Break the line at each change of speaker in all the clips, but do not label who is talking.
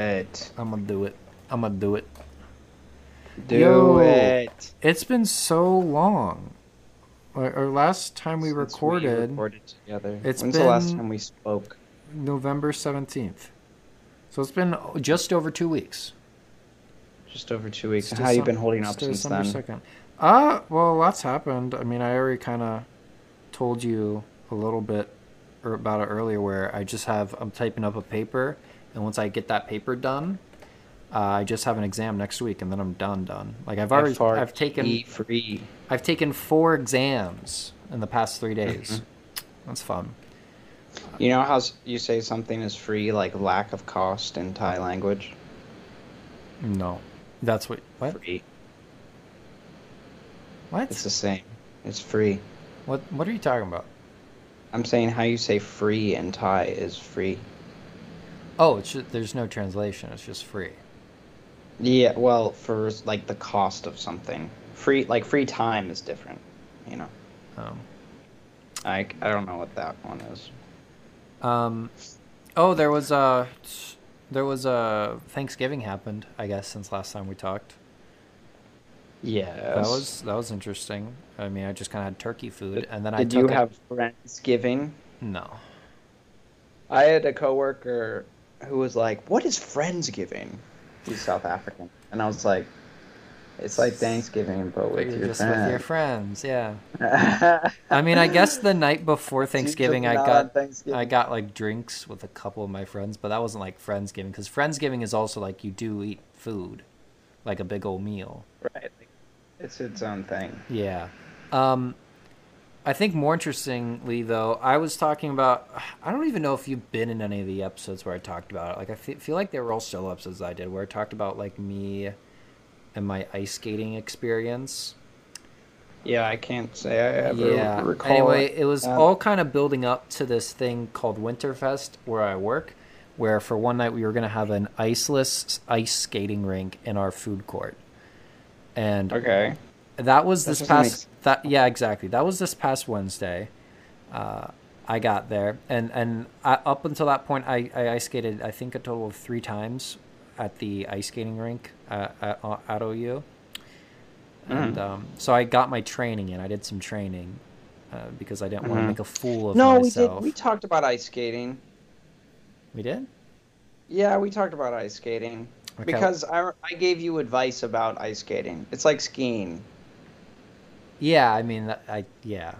I'm gonna do it. I'm gonna do it.
Do
Yo.
it.
It's been so long. Our, our last time we
Since
recorded,
recorded together.
it's
When's the last
been-
time we spoke?
November 17th. So it's been just over two weeks.
Just over two weeks.
It's
How you
Decem-
been holding
it's
up since
December
then?
2nd. Uh, well, lots happened. I mean, I already kind of told you a little bit or about it earlier where I just have, I'm typing up a paper, and once I get that paper done, uh, I just have an exam next week, and then I'm done, done. Like, I've already,
FRE
I've taken,
E free.
I've taken four exams in the past three
Mm-hmm.
days. That's fun.
You know how s- you say something is free, like lack of cost in Thai language?
No. That's what, what?
Free.
What?
It's the same. It's free.
What what are you talking about?
I'm saying how you say free in Thai is free.
Oh, it's ju- there's no translation. It's just free.
Yeah, well, for like the cost of something, free like free time is different. You know,
Um,
I I don't know what that one is.
um, oh, there was a there was a Thanksgiving happened. I guess since last time we talked,
Yeah,
that was that was interesting. I mean, I just kind of had turkey food, and then I
Did
took
you
a-
have friendsgiving?
no.
I had a coworker who was like, "What is friendsgiving?" He's South African, and I was like, "It's like Thanksgiving, but with
You're
your
just with your
friends."
friends, yeah. I mean, I guess the night before Thanksgiving, I
not
got
on Thanksgiving.
I got like drinks with a couple of my friends, but that wasn't like friendsgiving because friendsgiving is also like you do eat food, like a big old meal.
right, like, it's its own thing.
Yeah. Um, I think more interestingly, though, I was talking about. I don't even know if you've been in any of the episodes where I talked about it. Like, I fe- feel like they were all solo episodes I did where I talked about, like, me and my ice skating experience.
Yeah, I can't say I ever
yeah.
recall.
Anyway,
it.
it was
Um,
all kind of building up to this thing called Winterfest where I work, where for one night we were going to have an iceless ice skating rink in our food court. And
Okay.
That was
That
this
doesn't make
past that yeah exactly. That was this past Wednesday. Uh, I got there and and I, up until that point I, I ice skated I think a total of three times at the ice skating rink uh, at, at OU. And um, so I got my training in. I did some training uh, because I didn't want to
Mhm.
make a fool of
No, we did.
myself.
We talked about ice skating.
We did?
Yeah, we talked about ice skating
Okay.
because I, I gave you advice about ice skating. It's like skiing.
Yeah, I mean that- I yeah.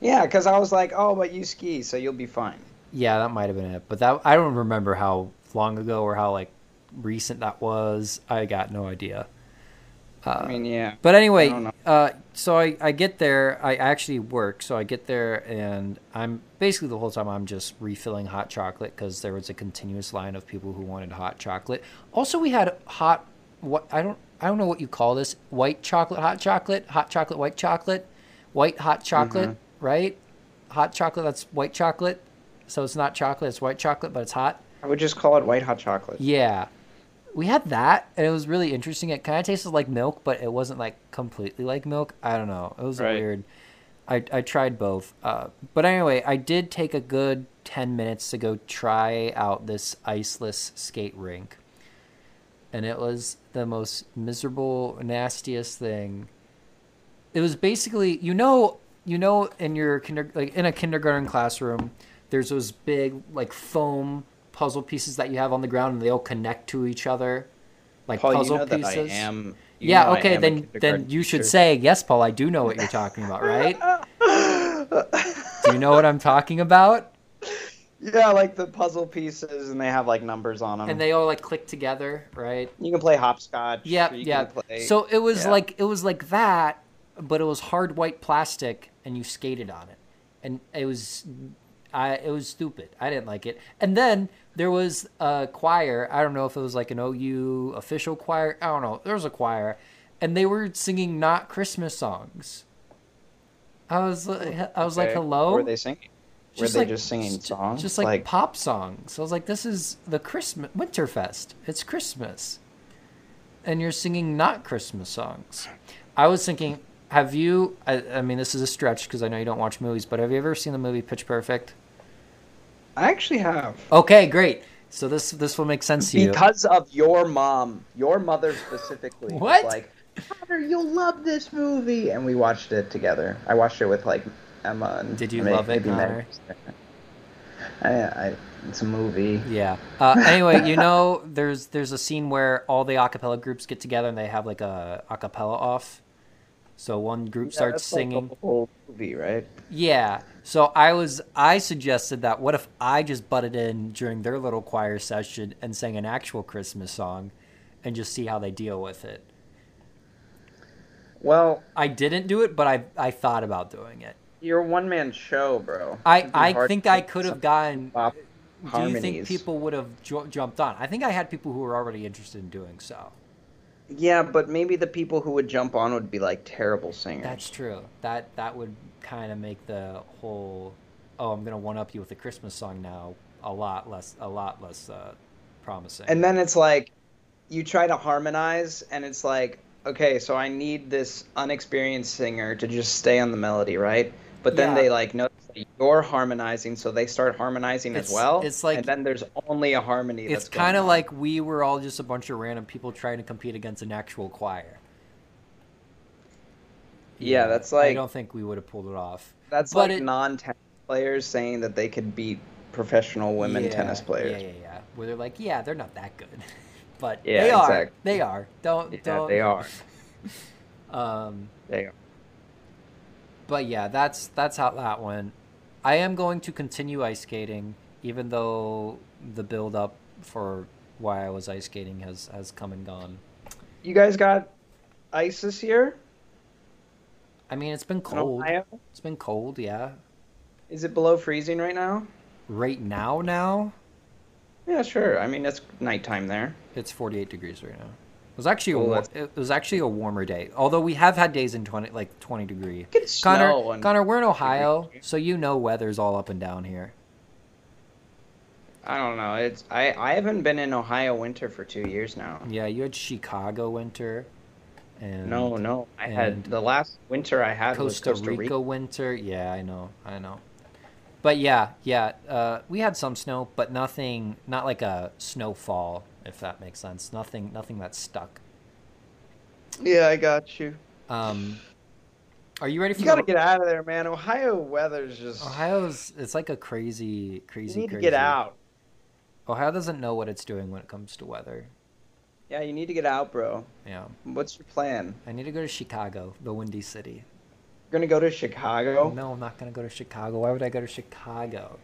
Yeah, because I was like, oh, but you ski, so you'll be fine.
Yeah, that might have been it. But that I don't remember how long ago or how like recent that was. I got no idea.
I mean, yeah.
But anyway,
I don't know.
uh, so I, I get there. I actually work. So I get there, and I'm basically the whole time I'm just refilling hot chocolate because there was a continuous line of people who wanted hot chocolate. Also, we had hot. What I don't I don't know what you call this. White chocolate, hot chocolate, hot chocolate, white chocolate, white hot chocolate,
Mm-hmm.
right? Hot chocolate. That's white chocolate. So it's not chocolate. It's white chocolate, but it's hot.
I would just call it white hot chocolate.
Yeah. We had that and it was really interesting. It kind of tasted like milk, but it wasn't like completely like milk. I don't know. It was
Right.
weird. I, I tried both. Uh, but anyway, I did take a good 10 minutes to go try out this iceless skate rink. And it was the most miserable, nastiest thing. It was basically, you know, you know, in your kinder, like in a kindergarten classroom, there's those big like foam puzzle pieces that you have on the ground, and they all connect to each other, like
Paul,
puzzle
you know that
pieces.
I am. you know
yeah.
I
Okay.
am a
Then then
kindergarten
you should
teacher.
say yes, Paul. I do know what you're talking about, right? do you know what I'm talking about?
Yeah, like the puzzle pieces, and they have like numbers on them.
And they all like click together, right?
you can play hopscotch.
Yep,
or you
yeah.
Can play...
So it was
yeah.
like it was like that, but it was hard white plastic, and you skated on it, and it was, I it was stupid. I didn't like it. And then there was a choir. I don't know if it was like an OU official choir. I don't know. There was a choir, and they were singing not Christmas songs. I was like, I was like,
Okay.
hello.
Were they singing? Were
Just
they
like-
just singing
just-
songs?
Just like, pop songs. I was like, this is the Christmas Winterfest. It's Christmas. And you're singing not Christmas songs. I was thinking, have you I, I mean this is a stretch because I know you don't watch movies, but have you ever seen the movie Pitch Perfect?
I actually have.
Okay, great. So this this will make sense to Oh, you.
because of your mom, your mother specifically. was
What?
Like, Connor, you'll love this movie, and we watched it together. I watched it with like Emma and
Did you
may-
love it,
maybe Meg.
Connor?
I, I, it's a movie.
Yeah. Uh, anyway, you know, there's there's a scene where all the acapella groups get together and they have like a acapella off. So one group
Yeah,
starts
that's like
singing.
the whole movie, right?
Yeah. So I was I suggested that what if I just butted in during their little choir session and sang an actual Christmas song and just see how they deal with it.
Well,
I didn't do it, but I I thought about doing it.
you're a one man show, bro.
I
It'd be
I
hard
think
to
I
make
could have
some
gotten
pop
Do you think
harmonies.
people would have ju- jumped on? I think I had people who were already interested in doing so.
Yeah, but maybe the people who would jump on would be like terrible singers.
That's true. That that would kind of make the whole oh, I'm gonna one up you with a Christmas song now a lot less a lot less uh, promising.
And then it's like you try to harmonize and it's like, okay, so I need this unexperienced singer to just stay on the melody, right? But then
Yeah.
they like notice that you're harmonizing, so they start harmonizing as
It's-
well.
it's like-
and then there's only a harmony.
it's
that's going
kind of
on.
like we were all just a bunch of random people trying to compete against an actual choir.
Yeah, that's
I
like-
don't think we would have pulled it off.
that's
but
like
it-
non-tennis players saying that they could beat professional women
Yeah,
tennis players.
Yeah, yeah, yeah. Where they're like, yeah, they're not that good, but
Yeah,
they are.
exactly.
They are. Don't
Yeah,
don't.
they are.
Um,
They are.
but yeah, that's that's how that went. I am going to continue ice skating, even though the build up for why I was ice skating has has come and gone.
You guys got ice this year?
I mean, it's been
in
cold.
Ohio?
It's been cold, yeah.
Is it below freezing right now?
Right now, now
Yeah, sure. I mean, it's nighttime there.
it's 48 degrees right now. It was actually a
Cool,
war-
that's-
it was actually a warmer day. Although we have had days in 20 like 20 degree.
It could
Connor,
snow on-
Connor, we're in Ohio, so you know weather's all up and down here.
I don't know. It's I, I haven't been in Ohio winter for two years now.
Yeah, you had Chicago winter, and
No, no. I
and-
had the last winter I had
Costa,
was Costa
Rica,
Rica.
winter. Yeah, I know, I know. But yeah, yeah, uh, we had some snow, but nothing, not like a snowfall, if that makes sense. Nothing, nothing that stuck.
Yeah, I got you.
Um, are you ready for
You gotta
the-
get out of there, man. Ohio weather's just
Ohio's? It's like a crazy,
you
crazy.
need to
crazy.
get out.
Ohio doesn't know what it's doing when it comes to weather.
Yeah, you need to get out, bro.
Yeah,
What's your plan?
I need to go to Chicago, the windy city.
You're gonna go to Chicago?
No, I'm not gonna go to Chicago. Why would I go to Chicago?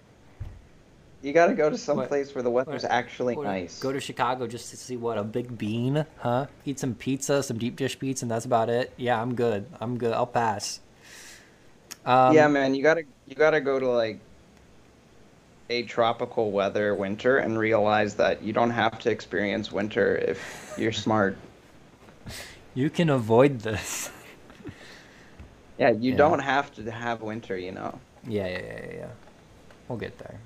You gotta go to some place where the weather's
What?
actually
Or
nice.
Go to Chicago just to see what a big bean, huh? Eat some pizza, some deep dish pizza, and that's about it. Yeah, I'm good. I'm good. I'll pass. Um,
yeah, man, you gotta you gotta go to like a tropical weather winter and realize that you don't have to experience winter if you're smart.
you can avoid this.
Yeah, you
Yeah.
don't have to have winter, you know.
yeah, yeah, yeah, yeah, yeah. We'll get there.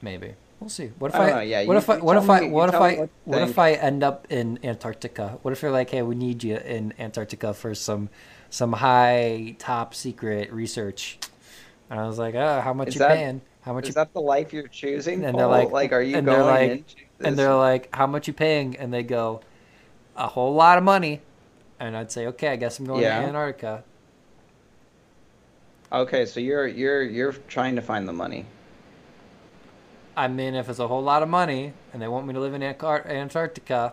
Maybe we'll see. What if
I
I?
don't know, yeah,
what
you-
if I?
you
What
tell
if I?
me- you
What if
tell me
I?
what you
What if
think.
I end up in Antarctica? What if you're like, hey, we need you in Antarctica for some, some high top secret research? And I was like, oh, how much
Is
you
that-
paying? How much
Is
you
that the life you're choosing?
And they're
Paul?
like-
are you
and they're
going
like-
into this?
and they're like, "How much you paying?" And they go, "A whole lot of money." And I'd say, "Okay, I guess I'm going
Yeah.
to Antarctica."
okay, so you're you're you're trying to find the money.
I mean, if it's a whole lot of money and they want me to live in Antar- Antarctica,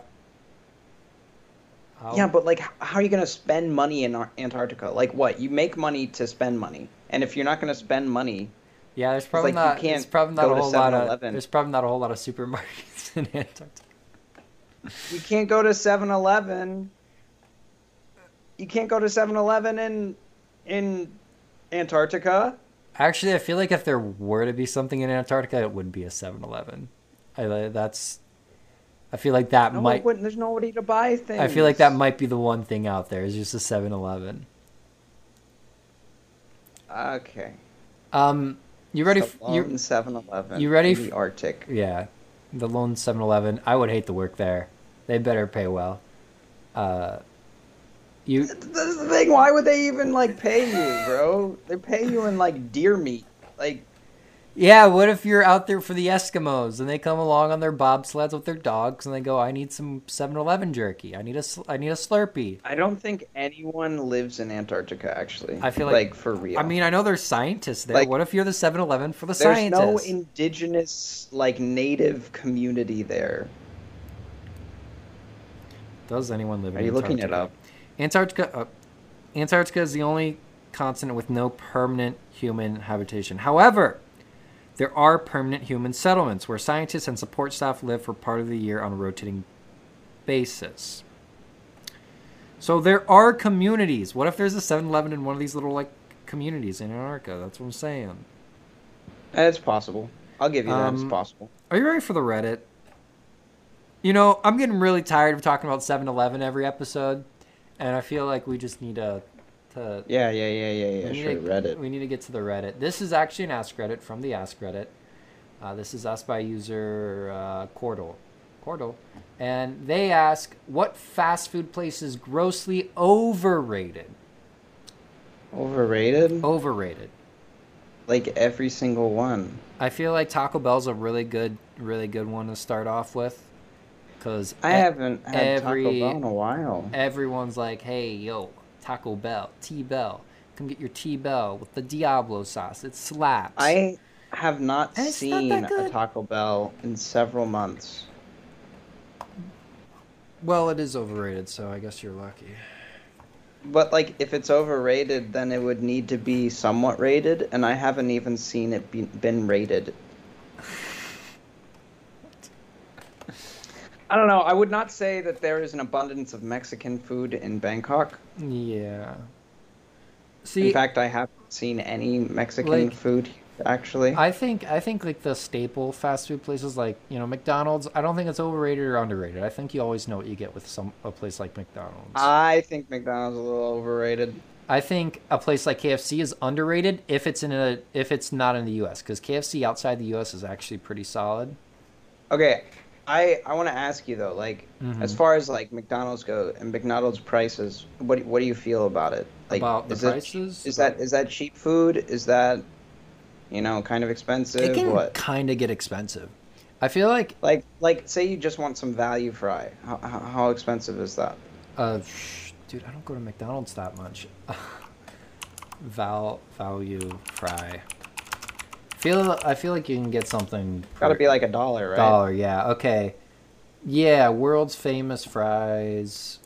I'll-
Yeah, but like, h- how are you gonna spend money in Ar- Antarctica? Like, what? You make money to spend money, and if you're not gonna spend money,
yeah, there's probably
like you
not. There's
can't
probably not
go
a
to
whole lot of.
7-Eleven.
There's probably not a whole lot of supermarkets in Antarctica.
you can't go to 7-Eleven. You can't go to 7-Eleven in in Antarctica.
Actually, I feel like if there were to be something in Antarctica, it would be a 7-Eleven. I that's. I feel like that
No, it
might.
wouldn't. There's nobody to buy things.
I feel like that might be the one thing out there is just a 7-Eleven.
Okay.
Um, you ready? f- you,
Alone 7-Eleven.
you ready
in
f-
the Arctic.
Yeah, the lone 7-Eleven. I would hate to work there. They better pay well. Uh, you
That's the thing. Why would they even like pay you, bro? They pay you in like deer meat. Like
Yeah, what if you're out there for the Eskimos and they come along on their bobsleds with their dogs and they go, "I need some 7-Eleven jerky. I need a sl- I need a Slurpee."
I don't think anyone lives in Antarctica. Actually,
I feel like-
for real.
I mean, I know there's scientists there.
Like,
what if you're the 7-Eleven for the
there's no
scientists?
indigenous like native community there.
Does anyone live?
Are
in
you looking it
Antarctica?
up?
Antarctica. Uh, Antarctica is the only continent with no permanent human habitation. However, there are permanent human settlements where scientists and support staff live for part of the year on a rotating basis. So there are communities. What if there's a 7-Eleven in one of these little like communities in Antarctica? That's what I'm saying.
It's possible. I'll give you that. it's
Um,
possible.
Are you ready for the Reddit? You know, I'm getting really tired of talking about 7-Eleven every episode, and I feel like we just need to to
Yeah, yeah, yeah, yeah, yeah.
we
Sure,
need to-
Reddit.
We need to get to the Reddit. This is actually an Ask Reddit from the Ask Reddit. Uh, this is asked by user uh, Cordal. Cordal. And they ask, what fast food place is grossly overrated?
Overrated?
Oh. Overrated.
Like every single one.
I feel like Taco Bell's a really good, really good one to start off with. Because
I haven't had
E- every- e-
Taco Bell in a while.
everyone's like, hey, yo, Taco Bell, T-Bell. Come get your T-Bell with the Diablo sauce. It slaps.
I have not
And it's not
seen
that
a
good.
Taco Bell in several months.
Well, it is overrated, so I guess you're lucky.
But like, if it's overrated, then it would need to be somewhat rated, and I haven't even seen it be, been rated. I don't know. I would not say that there is an abundance of Mexican food in Bangkok.
Yeah. See,
in fact, I haven't seen any Mexican
Like-
food actually.
I think I think like the staple fast food places like you know McDonald's. I don't think it's overrated or underrated. I think you always know what you get with some a place like McDonald's.
I think McDonald's a little overrated.
I think a place like KFC is underrated if it's in a if it's not in the U.S. because KFC outside the U.S. is actually pretty solid.
Okay, I I want to ask you though, like
Mhm.
as far as like McDonald's go and McDonald's prices, what do- what do you feel about it? Like
About the
is it-
prices?
is that is that cheap food? Is that you know kind of
It
expensive?
can
What
kind of get expensive. I feel like
like like say you just want some value fry? How how, how expensive is that?
Uh, sh- dude, I don't go to McDonald's that much. Val value fry. Feel I feel like you can get something.
Got to
per
be like a dollar, right?
dollar. Yeah. Okay. Yeah. World's famous fries.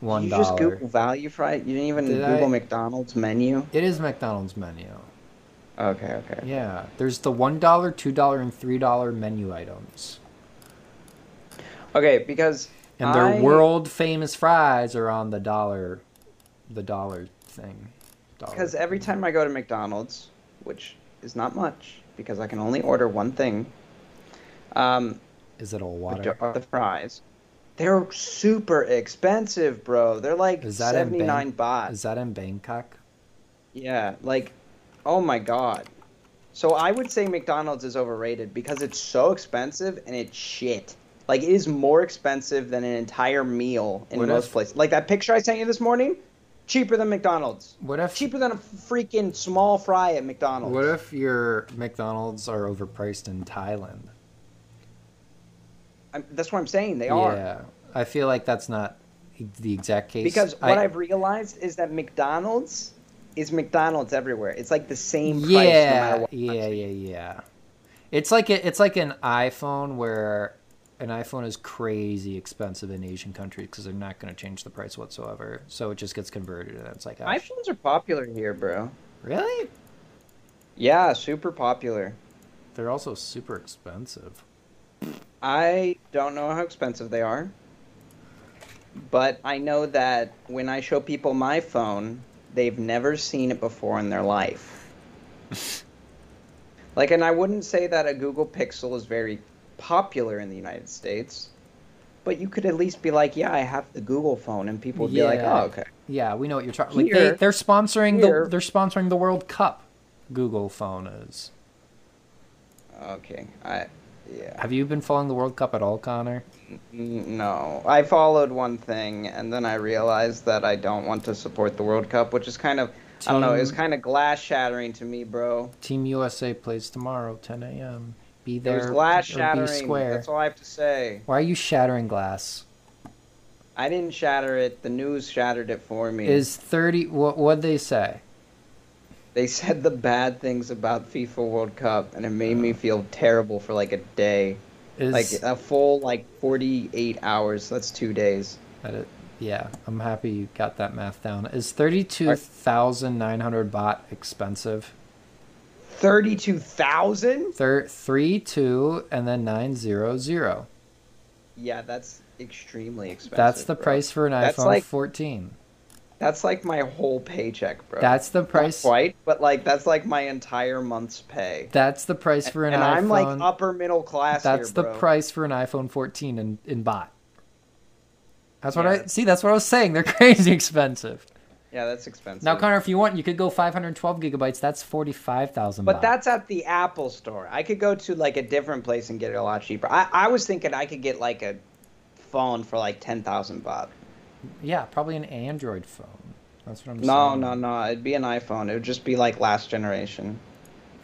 One
you just
dollar.
Google value fry. You didn't even
Did
Google
I-
McDonald's menu.
It is McDonald's menu.
Okay, okay.
Yeah. There's the one dollar, two dollar, and three dollar menu items.
Okay, because
And their
I-
world famous fries are on the dollar, the dollar thing. Dollar.
Because every time I go to McDonald's, which is not much, because I can only order one thing, um,
is it all
which
water?
are the fries. They're super expensive, bro. They're like
Is that in Bang-
79 baht.
Is that in Bangkok?
Yeah, like, oh my god. So I would say McDonald's is overrated because it's so expensive and it's shit. Like, it is more expensive than an entire meal in
What
most
if-
places. Like, that picture I sent you this morning, cheaper than McDonald's.
What if
Cheaper than a freaking small fry at McDonald's.
What if your McDonald's are overpriced in Thailand?
I'm, that's what I'm saying. They are
Yeah, I feel like that's not the exact case.
because what I,
I-
have realized is that McDonald's is McDonald's everywhere. It's like the same price no
yeah,
matter what.
yeah, yeah, yeah. It's like a, it's like an iPhone where an iPhone is crazy expensive in Asian countries because they're not going to change the price whatsoever. So it just gets converted, and it's like, oh, sh-
iPhones are popular here, bro.
really?
Yeah, super popular.
They're also super expensive.
I don't know how expensive they are, but I know that when I show people my phone, they've never seen it before in their life. like, and I wouldn't say that a Google Pixel is very popular in the United States, but you could at least be like, yeah, I have the Google phone, and people would be like,
Yeah.
oh, okay.
Yeah, we know what you're talking. Like they,
Here-
they're sponsoring
here-
the they're sponsoring the World Cup. Google phone is.
Okay, I Yeah.
Have you been following the World Cup at all, Connor?
N- No, I followed one thing, and then I realized that I don't want to support the World Cup, which is kind of I don't know. It's
Team-
kind of glass shattering to me, bro.
Team USA plays tomorrow, 10 a.m. Be
It
there.
was glass
or be
shattering.
square.
That's all I have to say.
Why are you shattering glass?
I didn't shatter it. The news shattered it for me.
Is 30. What what they say?
They said the bad things about FIFA World Cup, and it made me feel terrible for like a day,
Is
like uh, a full like 48 hours. That's two days.
that it, yeah, I'm happy you got that math down. Is 32,900 baht expensive?
Thirty-two thousand?
Thir- 3, 2, and then 900.
Yeah, that's extremely expensive.
That's the
bro.
price for an
That's
iPhone
like-
14.
That's like my whole paycheck, bro.
That's the price.
Not quite, but like that's like my entire month's pay.
That's the price for an
and
iPhone.
I'm like upper middle class.
That's
here,
the
bro.
price for an iPhone 14 in, in bot. That's what
Yeah.
I see. That's what I was saying. They're crazy expensive.
Yeah, that's expensive.
Now, Connor, if you want, you could go 512 gigabytes. That's 45,000.
But
baht.
that's at the Apple store. I could go to like a different place and get it a lot cheaper. I, I was thinking I could get like a phone for like ten thousand baht.
yeah, probably an Android phone. That's what I'm
No,
saying.
no, no. It'd be an iPhone. It would just be like last generation.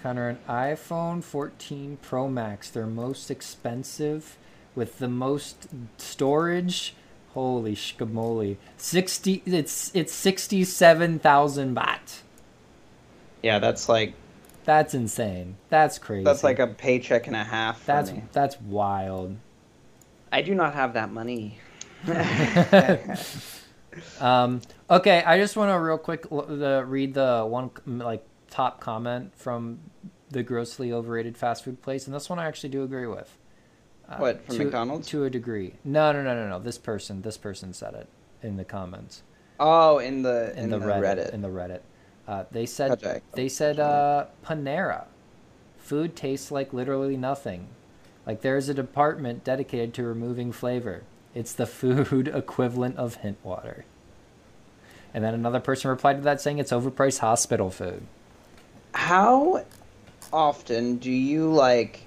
Connor, an iPhone 14 Pro Max, their most expensive, with the most storage. Holy shkamoli. 60. It's it's 67,000 baht.
Yeah, that's like
That's insane. That's crazy.
that's like a paycheck and a half. For
That's
me.
that's wild.
I do not have that money.
Um, okay, I just want to real quick l- the, read the one c- like top comment from the grossly overrated fast food place, and this one I actually do agree with. Uh,
What, from
to-
McDonald's?
to a degree? No, no, no, no, no. This person, this person said it in the comments
Oh, in the
in, the, Reddit, in the Reddit. Uh, they said
Project.
they said uh, Panera food tastes like literally nothing. Like there is a department dedicated to removing flavor. It's the food equivalent of hint water. And then another person replied to that saying it's overpriced hospital food.
How often do you like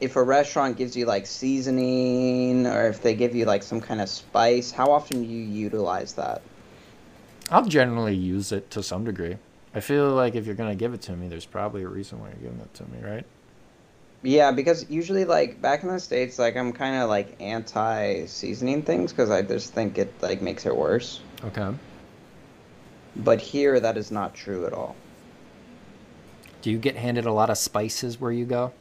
if a restaurant gives you like seasoning or if they give you like some kind of spice, how often do you utilize that?
I'll generally use it to some degree. I feel like if you're gonna give it to me, there's probably a reason why you're giving it to me, right?
Yeah, because usually like back in the states like I'm kind of like anti seasoning things cuz I just think it like makes it worse.
Okay.
But here that is not true at all.
Do you get handed a lot of spices where you go?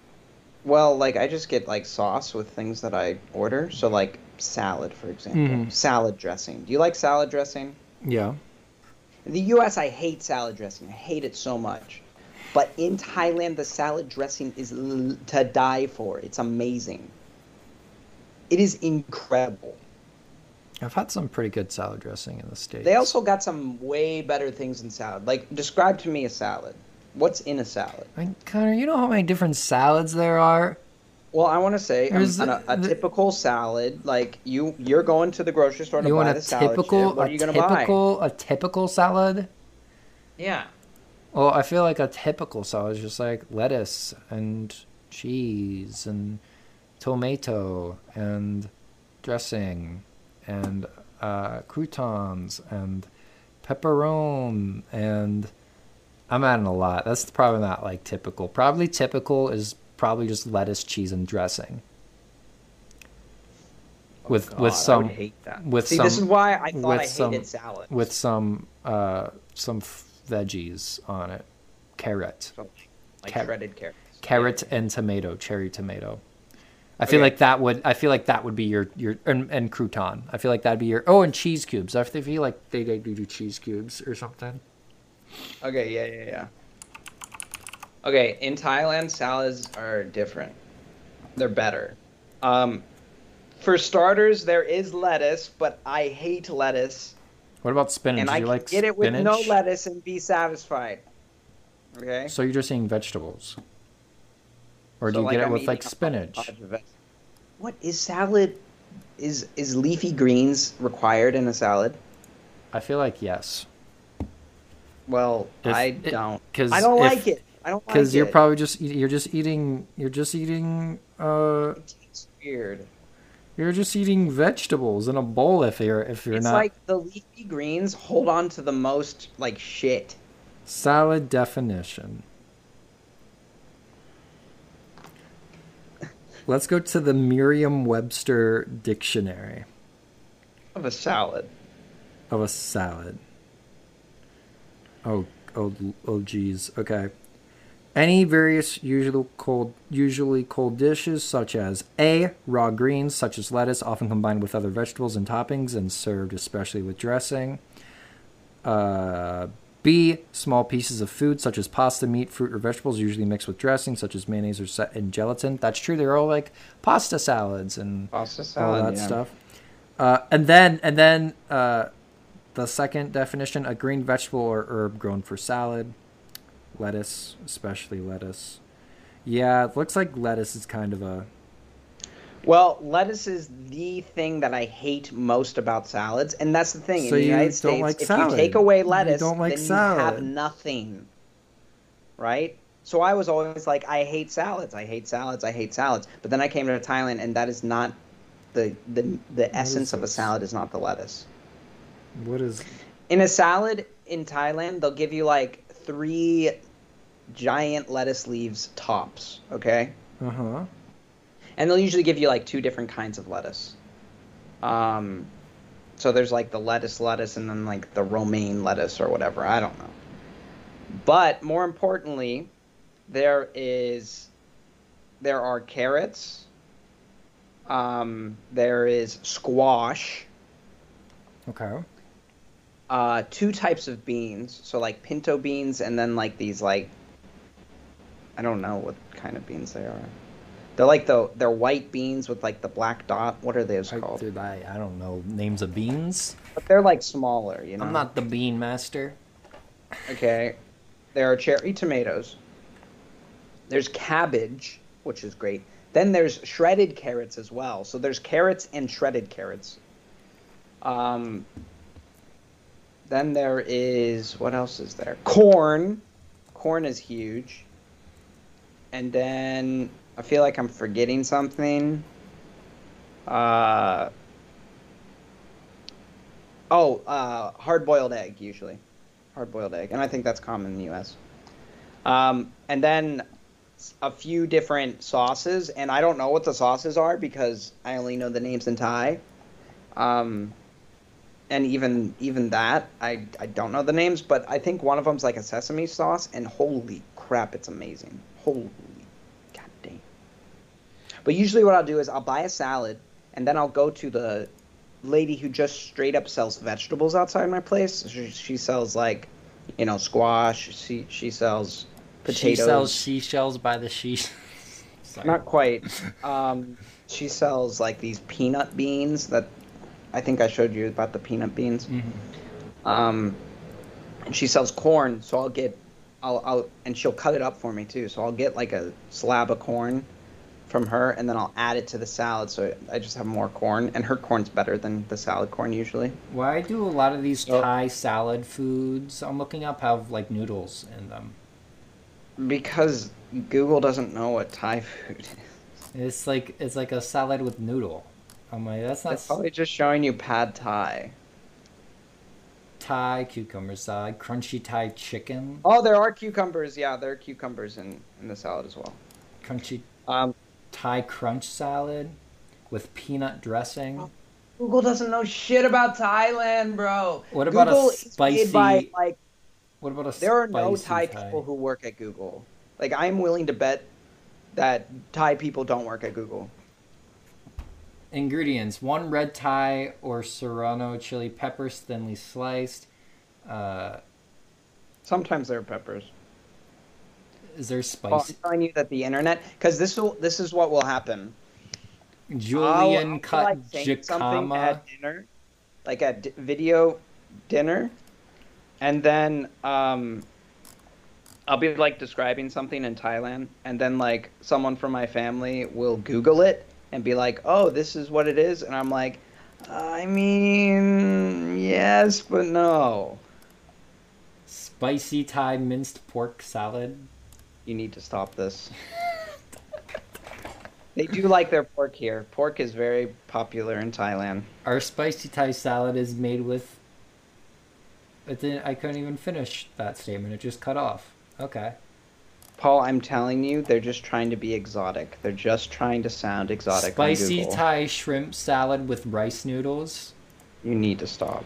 Well, like I just get like sauce with things that I order, so like salad for example.
Mhm.
Salad dressing. Do you like salad dressing?
Yeah.
In the U.S., I hate salad dressing. I hate it so much. But in Thailand, the salad dressing is l- to die for. It's amazing. It is incredible.
I've had some pretty good salad dressing in the States.
They also got some way better things in salad. Like, describe to me a salad. What's in a salad?
I mean, Connor, you know how many different salads there are?
Well, I want to say um,
There's
an- a, a
the-
typical salad. Like you, you're going to the grocery store to
You
buy
want
the
a
salad. shit.
typical,
What
a
are you gonna buy?
typical, a typical salad?
Yeah.
Well, I feel like a typical salad is just like lettuce and cheese and tomato and dressing and uh, croutons and pepperoni and I'm adding a lot. That's probably not like typical. Probably typical is probably just lettuce, cheese, and dressing. With
Oh God, I
with
would
some
hate that.
with
See,
some
this is why I thought I
with
hated
some-
salad.
with some uh some f- veggies on it carrot
like
Car-
shredded carrots.
carrot and tomato cherry tomato i feel
Okay.
like that would i feel like that would be your your and, and crouton i feel like that'd be your oh and cheese cubes i feel like they they do do cheese cubes or something
Okay, yeah, yeah, yeah. Okay, in Thailand, salads are different. They're better. Um, for starters, there is lettuce, but I hate lettuce,
what about spinach
and
Mm, do
I
you
can
like
get it with
spinach
no lettuce and be satisfied. Okay.
so you're just eating vegetables or do
So,
you get it
I'm
with like
eating a
spinach
hodgepodge of veg- What is salad? Is is leafy greens required in a salad?
i feel like yes
Well,
If
I
it-
don't.
'cause
I don't
if-
like it. I don't like
because you're
it.
probably just eat- you're just eating you're just eating uh
It tastes weird.
you're just eating vegetables in a bowl if you're if you're
it's
not
like the leafy greens hold on to the most like shit.
salad definition. Let's go to the Merriam-Webster dictionary
Of a salad.
of a salad. Oh, oh, oh, geez. Okay. Any various usual cold, usually cold dishes such as a raw greens such as lettuce, often combined with other vegetables and toppings, and served especially with dressing. Uh, b small pieces of food such as pasta, meat, fruit, or vegetables, usually mixed with dressing such as mayonnaise or sa- and gelatin. That's true. They're all like pasta salads and
Pasta
all that stuff. Uh, and then and then uh, the second definition: a green vegetable or herb grown for salad, lettuce, especially lettuce. Yeah, it looks like lettuce is kind of a
Well, lettuce is the thing that I hate most about salads, and that's the thing.
So
In the
you
United
don't
States,
like
if
salad.
you take away
You
lettuce,
don't like
then you
salad.
have nothing. Right? So I was always like, I hate salads, I hate salads, I hate salads. But then I came to Thailand and that is not the the, the essence of a
this?
salad is not the lettuce.
what is
In a salad in Thailand, they'll give you like three giant lettuce leaves tops, okay?
uh huh.
and they'll usually give you like two different kinds of lettuce. Um, so there's like the lettuce lettuce and then like the romaine lettuce or whatever. I don't know. But more importantly, there is there are carrots. Um, there is squash.
Okay.
Uh, two types of beans. So like pinto beans and then like these like I don't know what kind of beans they are. They're like the they're white beans with like the black dot. What are those
I,
called?
dude, I, I don't know names of beans.
But they're like smaller, you know.
I'm not the bean master.
okay. There are cherry tomatoes. There's cabbage, which is great. Then there's shredded carrots as well. So there's carrots and shredded carrots. Um, then there is what else is there? Corn. Corn is huge. And then I feel like I'm forgetting something. Uh, oh, uh, hard-boiled egg usually, hard-boiled egg, and I think that's common in the U.S. Um, and then s- a few different sauces, and I don't know what the sauces are because I only know the names in Thai. Um, and even even that, I I don't know the names, but I think one of them's like a sesame sauce, and holy crap, it's amazing. Holy goddamn. But usually, what I'll do is I'll buy a salad, and then I'll go to the lady who just straight up sells vegetables outside my place. She, she sells like, you know, squash. She she sells potatoes.
She sells seashells by the she. Sorry.
Not quite. Um, she sells like these peanut beans that I think I showed you about the peanut beans. Um, and she sells corn, so I'll get, I'll, I'll, and she'll cut it up for me too. So I'll get like a slab of corn from her, and then I'll add it to the salad. So I just have more corn, and her corn's better than the salad corn usually.
Well, I do a lot of these
Oh.
Thai salad foods. I'm looking up have like noodles in them.
Because Google doesn't know what Thai food is.
It's like it's like a salad with noodle. I'm like, that's not
It's probably just showing you pad Thai.
Thai cucumber salad, crunchy Thai chicken,
Oh, there are cucumbers. Yeah, there are cucumbers in, in the salad as well.
crunchy
Um,
Thai crunch salad with peanut dressing.
Google doesn't know shit about Thailand, bro.
What about a
Google is
spicy-
made by, like
What about a
there are no Thai,
spicy
people who work at Google. Like I'm willing to bet that Thai people don't work at Google.
Ingredients: one red Thai or serrano chili peppers thinly sliced. Uh,
Sometimes there are peppers.
is there
Well,
spice?
I'm telling you that the internet, because this will this is what will happen.
Julian
Oh, I'll, I'll
cut
like saying something
jicama.
at dinner, like at d- video dinner, and then um, I'll be like describing something in Thailand, and then like someone from my family will Google it and be like, "Oh, this is what it is," and I'm like, "I mean, yes, but no."
Spicy Thai minced pork salad.
You need to stop this. they do like their pork here. Pork is very popular in Thailand.
Our spicy Thai salad is made with. But then I couldn't even finish that statement. It just cut off. Okay.
Paul, I'm telling you, they're just trying to be exotic. They're just trying to sound exotic. on
Spicy
Google.
Thai shrimp salad with rice noodles.
You need to stop.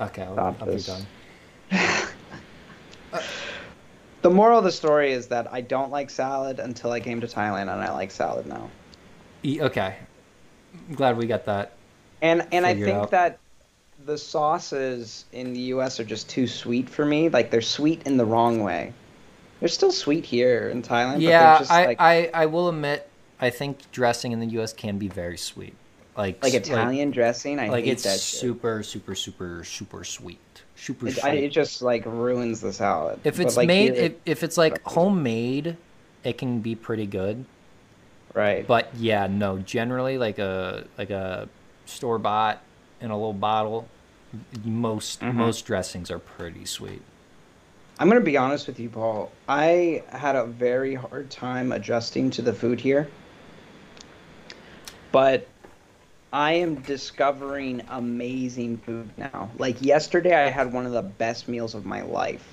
Okay, I'll,
Stop
Oh, I'll be
this.
done.
The moral of the story is that I don't like salad until I came to Thailand, and I like salad now.
E- okay. I'm glad we got that.
And and I
Figure it
think
out.
that the sauces in the U.S. are just too sweet for me. Like they're sweet in the wrong way. They're still sweet here in Thailand. but
yeah,
they're just
I,
like,
I, I will admit, I think dressing in the U.S. can be very sweet. Like
like
s-
Italian dressing. I
Like, like
hate
it's
that. Shit.
super, super, super, super sweet. Super
It,
sweet.
I, it just like ruins the salad.
if
But,
it's
like,
made,
here-
if, if it's like homemade, it can be pretty good.
right,
But yeah, no, generally like a like a store bought in a little bottle, most
Mm-hmm.
most dressings are pretty sweet.
I'm gonna be honest with you, Paul. I had a very hard time adjusting to the food here, but I am discovering amazing food now. Like yesterday, I had one of the best meals of my life,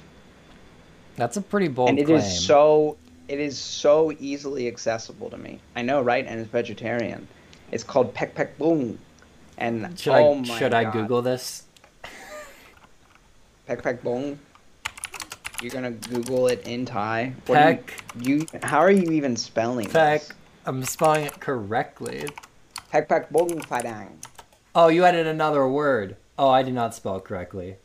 That's a pretty bold
and it
claim.
is so it is so easily accessible to me. I know, right? And it's vegetarian. It's called Pek Pek Boom, and
should
oh
I
my
should I
God.
Google this?
Peck Peck Bong. You're gonna Google it in Thai. What are
Peck
You, you how are you even spelling
Peck.
this?
I'm spelling it correctly.
Peck Peck Bong Padang.
Oh, you added another word. Oh, I did not spell it correctly.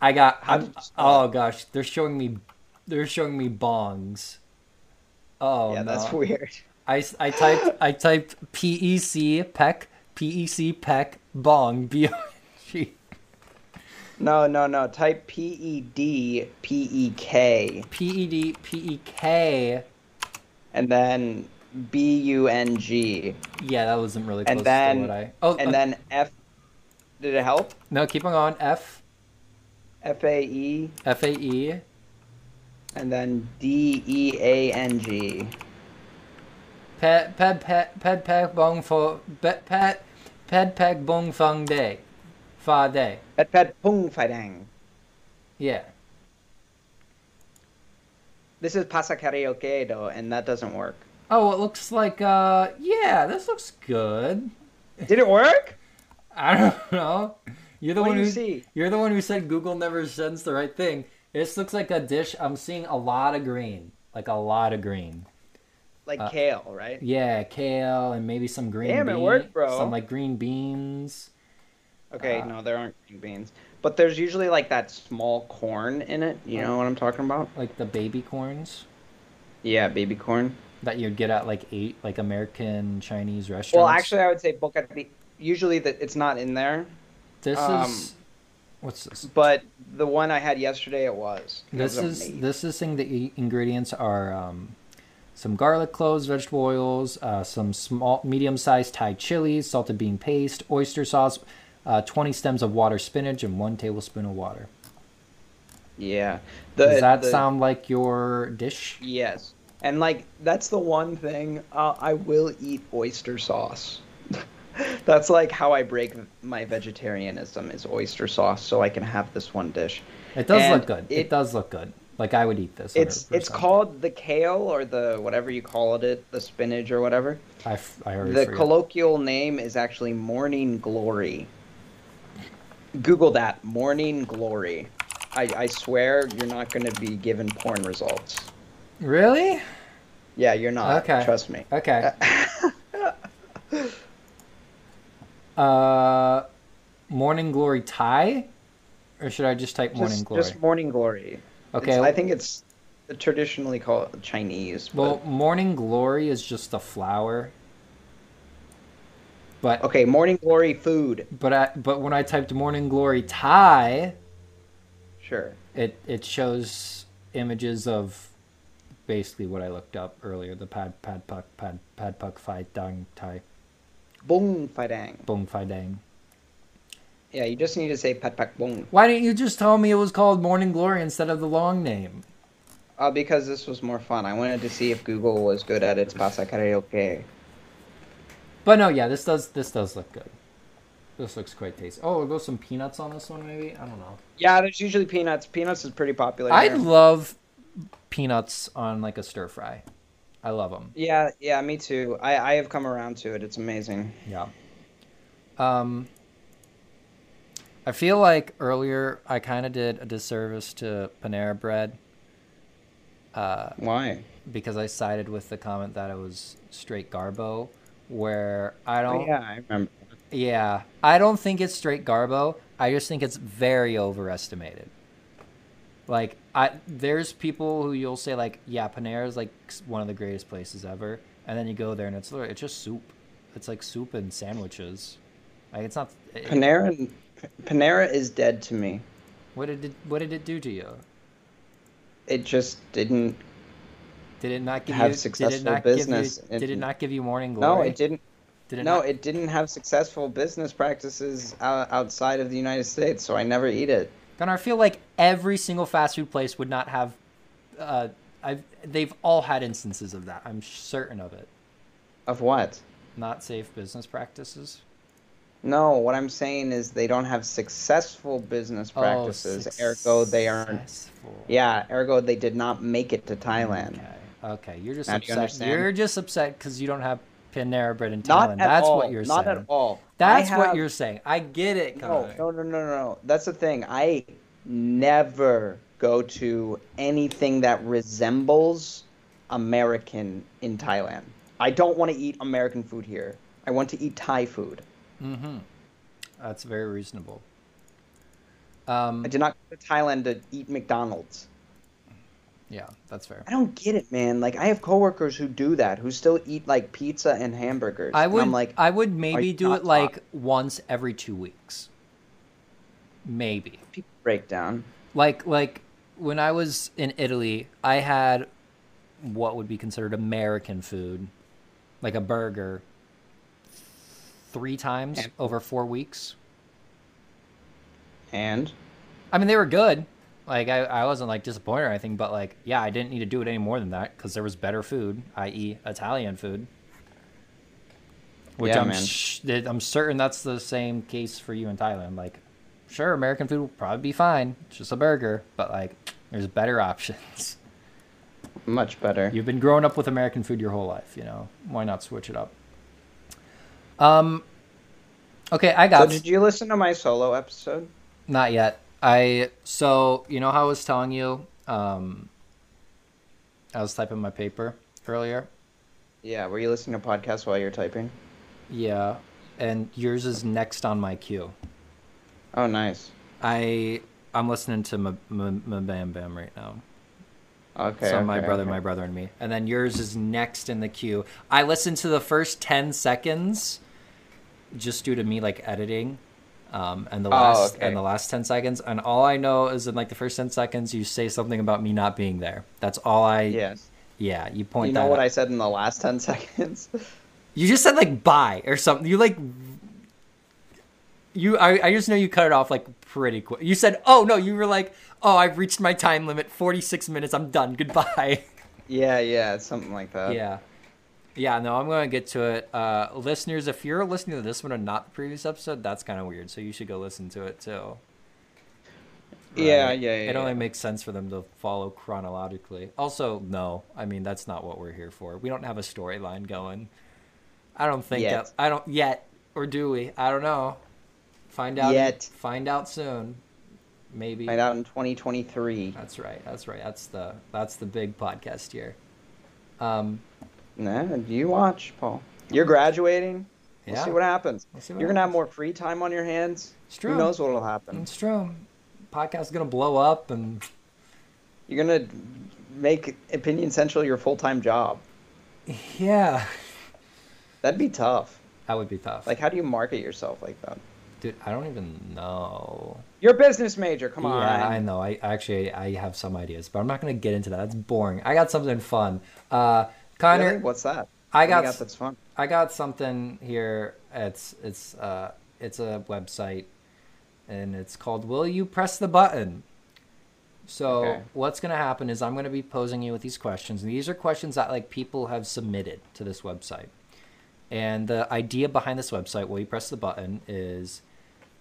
I got.
How
I'm-
did you spell
oh gosh, they're showing me. They're showing me bongs. Oh
yeah,
no.
that's weird.
I, s- I typed I typed P E C peck P E C peck bong B O G
No, no, no. Type P E D P E K
P E D P E K.
and then B U N G
Yeah, that wasn't really close
and
to
then
what I. Oh,
and
uh,
then F. Did it help?
no, keep on going. F
F A E
F A E.
and then D E A N G.
Pet pet pet pet peck bong fo pet pet pet peck bong fong day, fa day.
Pet Pet Pung Padang.
Yeah.
This is Pasa Karaoke though, and that doesn't work.
Oh, it looks like uh yeah, this looks good.
Did it work?
I don't know. You're the
What
one
do you
who
see?
you're the one who said Google never sends the right thing. This looks like a dish. I'm seeing a lot of green, like a lot of green.
like kale, right?
Uh, Yeah, kale and maybe some green.
Damn, it
bean-
worked, bro.
Some like green beans.
Okay, no, there aren't green beans, but there's usually like that small corn in it. You know what I'm talking about?
like the baby corns
Yeah, baby corn.
that you'd get at like eight like American Chinese restaurants.
Well, actually, I would say bocati. Usually, that it's not in there,
this
um,
is what's this?
but the one I had yesterday, it was. It
This
was
is
amazing.
this is saying the i- ingredients are um, some garlic cloves, vegetable oils, uh, some small medium-sized Thai chilies, salted bean paste, oyster sauce, uh, 20 stems of water spinach, and one tablespoon of water.
Yeah. The,
Does that
the-
sound like your dish?
Yes, and like that's the one thing uh, I will eat oyster sauce. that's like how I break my vegetarianism is oyster sauce, so I can have this one dish.
It does look good.
And
It,
it-
does look good. Like I would eat this.
It's it's
100%.
called the kale or the whatever you call it, the spinach or whatever.
I, f- I already
The
forget.
colloquial name is actually morning glory. Google that, morning glory. I, I swear you're not going to be given porn results.
really?
Yeah, you're not.
Okay.
Trust me.
Okay. uh, morning glory Thai, or should I just type morning
just,
glory?
Just morning glory.
Okay.
It's- I think it's traditionally called Chinese. But...
Well, morning glory is just the flower. But
okay, morning glory food.
but I, but when I typed morning glory Thai,
Sure.
it it shows images of basically what I looked up earlier, the pad pad puck pad pad puck phi dang Thai
Bung fadang.
bong phi dang.
Yeah, you just need to say pat pak bung.
Why didn't you just tell me it was called morning glory instead of the long name?
Uh, because this was more fun. I wanted to see if Google was good at its pasa karaoke.
But no, yeah, this does this does look good. This looks quite tasty. Oh, we'll go some peanuts on this one, maybe. I don't know.
Yeah, there's usually peanuts. Peanuts is pretty popular.
I
here.
love peanuts on like a stir fry. I love them.
yeah, yeah, me too. I, I have come around to it. It's amazing.
Yeah. Um, I feel like earlier I kind of did a disservice to Panera Bread uh,
Why?
because I sided with the comment that it was straight Garbo, where I
Oh,
don't.
yeah, I remember.
Yeah, I don't think it's straight Garbo. I just think it's very overestimated. Like, I there's people who you'll say like, yeah, Panera is like s- one of the greatest places ever, and then you go there and it's literally it's just soup. It's like soup and sandwiches. Like it's not. it-
Panera, Panera is dead to me.
what did it, what did it do to you?
It just didn't.
Did it not give
Have
you did
successful
it not
business
Give you, did it
and-
not give you morning glory?
No, it didn't.
Did it
no,
not-
it didn't have successful business practices ou- outside of the United States, so I never eat it.
Gunnar, I feel like every single fast food place would not have. Uh, I've they've all had instances of that. I'm certain of it.
Of what?
Not safe business practices.
No, what I'm saying is they don't have successful business
Oh,
practices. ergo, they aren't.
successful.
Yeah, ergo, they did not make it to Thailand.
Okay. Okay. You're just
Now do you
upset.
understand?
are just upset because you don't have Panera Bread in Thailand.
Not at
That's
all.
what you're
not
saying.
at all.
That's
I
what
have-
you're saying. I get it,
No,
Connor.
no, no, no, no, no. That's the thing. I never go to anything that resembles American in Thailand. I don't want to eat American food here. I want to eat Thai food.
Mm-hmm. That's very reasonable. Um.
I did not go to Thailand to eat McDonald's.
Yeah, that's fair.
I don't get it, man. Like I have coworkers who do that, who still eat like pizza and hamburgers.
I
And
would
I'm like,
I would maybe
you
do
not
it like once every two weeks. Maybe.
people break down.
Like like when I was in Italy, I had what would be considered American food, like a burger, three times
Yeah.
over four weeks.
And
I mean, they were good. Like I, I wasn't like disappointed or anything, but like yeah, I didn't need to do it any more than that because there was better food, i.e., Italian food. Which
Yeah,
I'm
man.
sh- that- I'm certain that's the same case for you in Thailand. Like, sure, American food will probably be fine. It's just a burger, but like, there's better options.
much better.
You've been growing up with American food your whole life, you know. Why not switch it up? Um. Okay, I
so
got.
did you listen to my solo episode?
Not yet. I so you know how I was telling you, um, I was typing my paper earlier.
Yeah. Were you listening to podcasts while you're typing?
Yeah, and yours is next on my queue.
Oh, nice.
I I'm listening to my Bam Bam right now.
Okay.
so my
okay,
brother,
okay.
my brother, and me, and then yours is next in the queue. I listened to the first ten seconds, just due to me like editing, um, and the
Oh,
last
okay.
and the last ten seconds. And all I know is in like the first ten seconds, you say something about me not being there. That's all I.
Yes.
Yeah, you point.
you know
that
what
out.
I said in the last ten seconds?
You just said like bye or something. You like. You, I, I just know you cut it off like pretty quick. You said, "Oh no," you were like, "Oh, I've reached my time limit, forty-six minutes. I'm done. Goodbye."
yeah, yeah, it's something like that.
yeah yeah no i'm gonna get to it uh listeners if you're listening to this one and not the previous episode that's kind of weird so you should go listen to it too
Yeah,
Right?
yeah, yeah.
it only
yeah.
makes sense for them to follow chronologically also no i mean that's not what we're here for we don't have a storyline going i don't think
Yet.
that i don't yet or do we i don't know find out
Yet.
find out soon maybe
Find out in 2023.
that's right that's right that's the that's the big podcast year um
Nah, you watch, Paul. You're graduating. We'll
Yeah.
see what happens.
We'll see what
You're gonna have more free time on your hands.
It's true.
Who knows what'll happen?
It's true. Podcast is gonna blow up, and
You're gonna make Opinion Central your full-time job.
yeah,
That'd be tough.
that would be tough.
Like, how do you market yourself like that?
dude, I don't even know.
You're a business major. Come on.
Yeah, I know. I actually I have some ideas, but I'm not gonna get into that. That's boring. I got something fun. Uh, Connor,
Really? What's that?
I
What do you
got s-
that's fun.
I got something here. It's it's uh it's a website, and it's called "Will You Press the Button." So
Okay.
what's going to happen is I'm going to be posing you with these questions. And these are questions that like people have submitted to this website. And the idea behind this website, while you press the button, is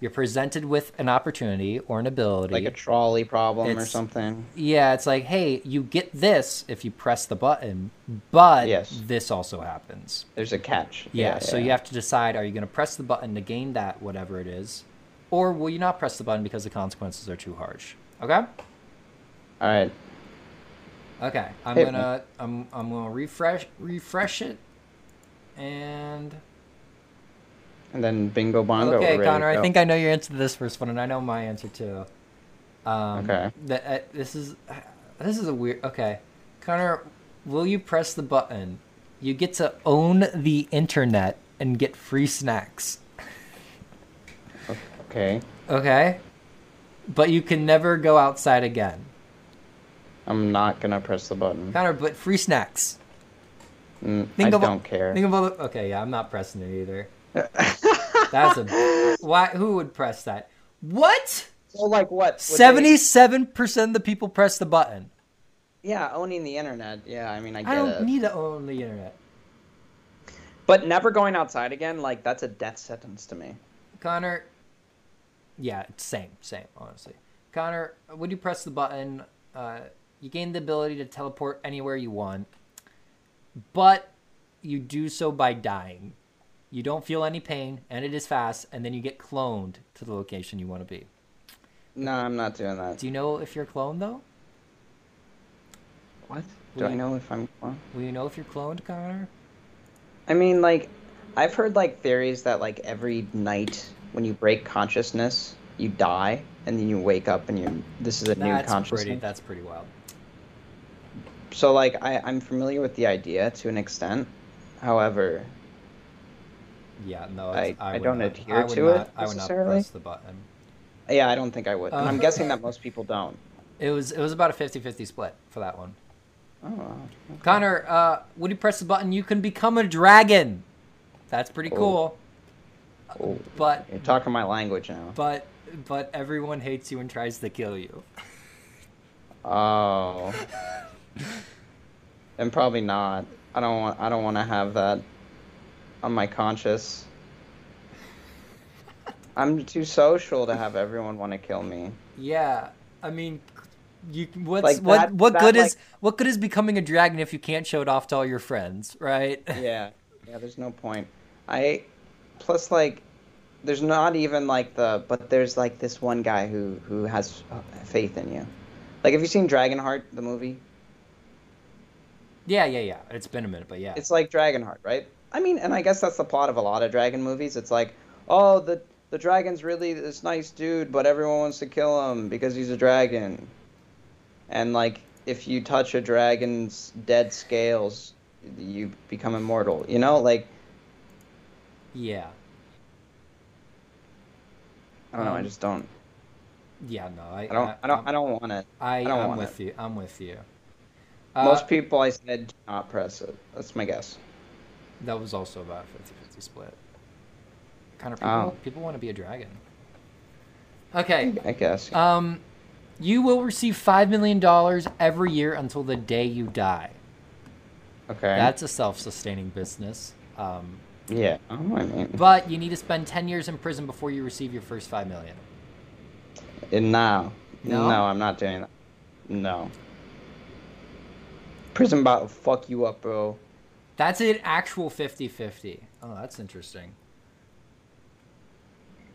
you're presented with an opportunity or an ability.
Like a trolley problem or
It's-
something.
yeah, it's like, hey, you get this if you press the button, but
Yes.
this also happens.
There's a catch.
Yeah, so you have to decide are you going to press the button to gain that, whatever it is, or will you not press the button because the consequences are too harsh? Okay?
All right.
Okay. I'm
Hit me.
gonna I'm I'm gonna refresh refresh it. And
And then bingo bongo.
okay,
we're ready to
Connor, I
go.
think I know your answer to this first one, and I know my answer too. Um,
Okay.
That uh, this is this is a weird. Okay, Connor, will you press the button? You get to own the internet and get free snacks.
Okay.
Okay. But you can never go outside again.
I'm not gonna press the button.
Connor, but free snacks.
Mm, I
Think of-
don't care.
Think about Okay, yeah, I'm not pressing it either. That's a why who would press that? What?
so like what? would they-
77% of the people press the button.
Yeah, owning the internet. Yeah, I mean I get
I
it.
don't need to own the internet.
But never going outside again, like that's a death sentence to me.
Connor Yeah, it's same, same, honestly. Connor, would you press the button? Uh, you gain the ability to teleport anywhere you want, but you do so by dying. You don't feel any pain, and it is fast, and then you get cloned to the location you want to be.
No, I'm not doing that.
Do you know if you're cloned, though?
What?
Will
Do I
you-
know if I'm? Well,
Will you know if you're cloned, Connor?
I mean, like, I've heard like theories that like every night when you break consciousness, you die, and then you wake up and you this is a new
That's
consciousness.
pretty, that's pretty wild.
So like I I'm familiar with the idea to an extent. However,
Yeah, no,
I-
it's- I,
I
would
don't
not,
adhere
I would
to it
not- I would not
necessarily.
press the button.
yeah, I don't think I would. and I'm
Uh.
guessing that most people don't.
It was it was about a 50-50 split for that one.
Oh, wow.
Connor, uh, when you press the button, you can become a dragon. That's pretty
Oh.
cool.
Oh,
But
you're talking my language now.
but but everyone hates you and tries to kill you.
Oh. and probably not. I don't want I don't want to have that on my conscience. I'm too social to have everyone want to kill me.
Yeah, I mean, you what's
Like
what
that-
what
that,
good
like-
is what good is becoming a dragon if you can't show it off to all your friends, right?
Yeah. Yeah, there's no point. I plus like there's not even like the but there's like this one guy who who has faith in you. Like have you seen Dragonheart the movie?
yeah, yeah, yeah. It's been a minute, but yeah.
it's like Dragonheart, right? I mean, and I guess that's the plot of a lot of dragon movies. It's like, oh, the the dragon's really this nice dude, but everyone wants to kill him because he's a dragon. And like, if you touch a dragon's dead scales, you become immortal. You know, like
yeah.
I don't know. I
Um,
just don't.
Yeah, no. I
I don't. I don't. I don't want it.
I,
don't
am
want
with you. I'm with you. uh,
Most people, I said, do not press it. That's my guess.
That was also about a 50-50 split. Kind of people,
Oh.
people want to be a dragon. Okay.
I guess.
Um, you will receive five million dollars every year until the day you die.
okay.
That's a self-sustaining business. Um,
yeah. I don't know what I mean,
but you need to spend ten years in prison before you receive your first five million.
And now,
No?
no, I'm not doing that. No. Prison bot will fuck you up, bro.
That's an actual 50-50. Oh, that's interesting.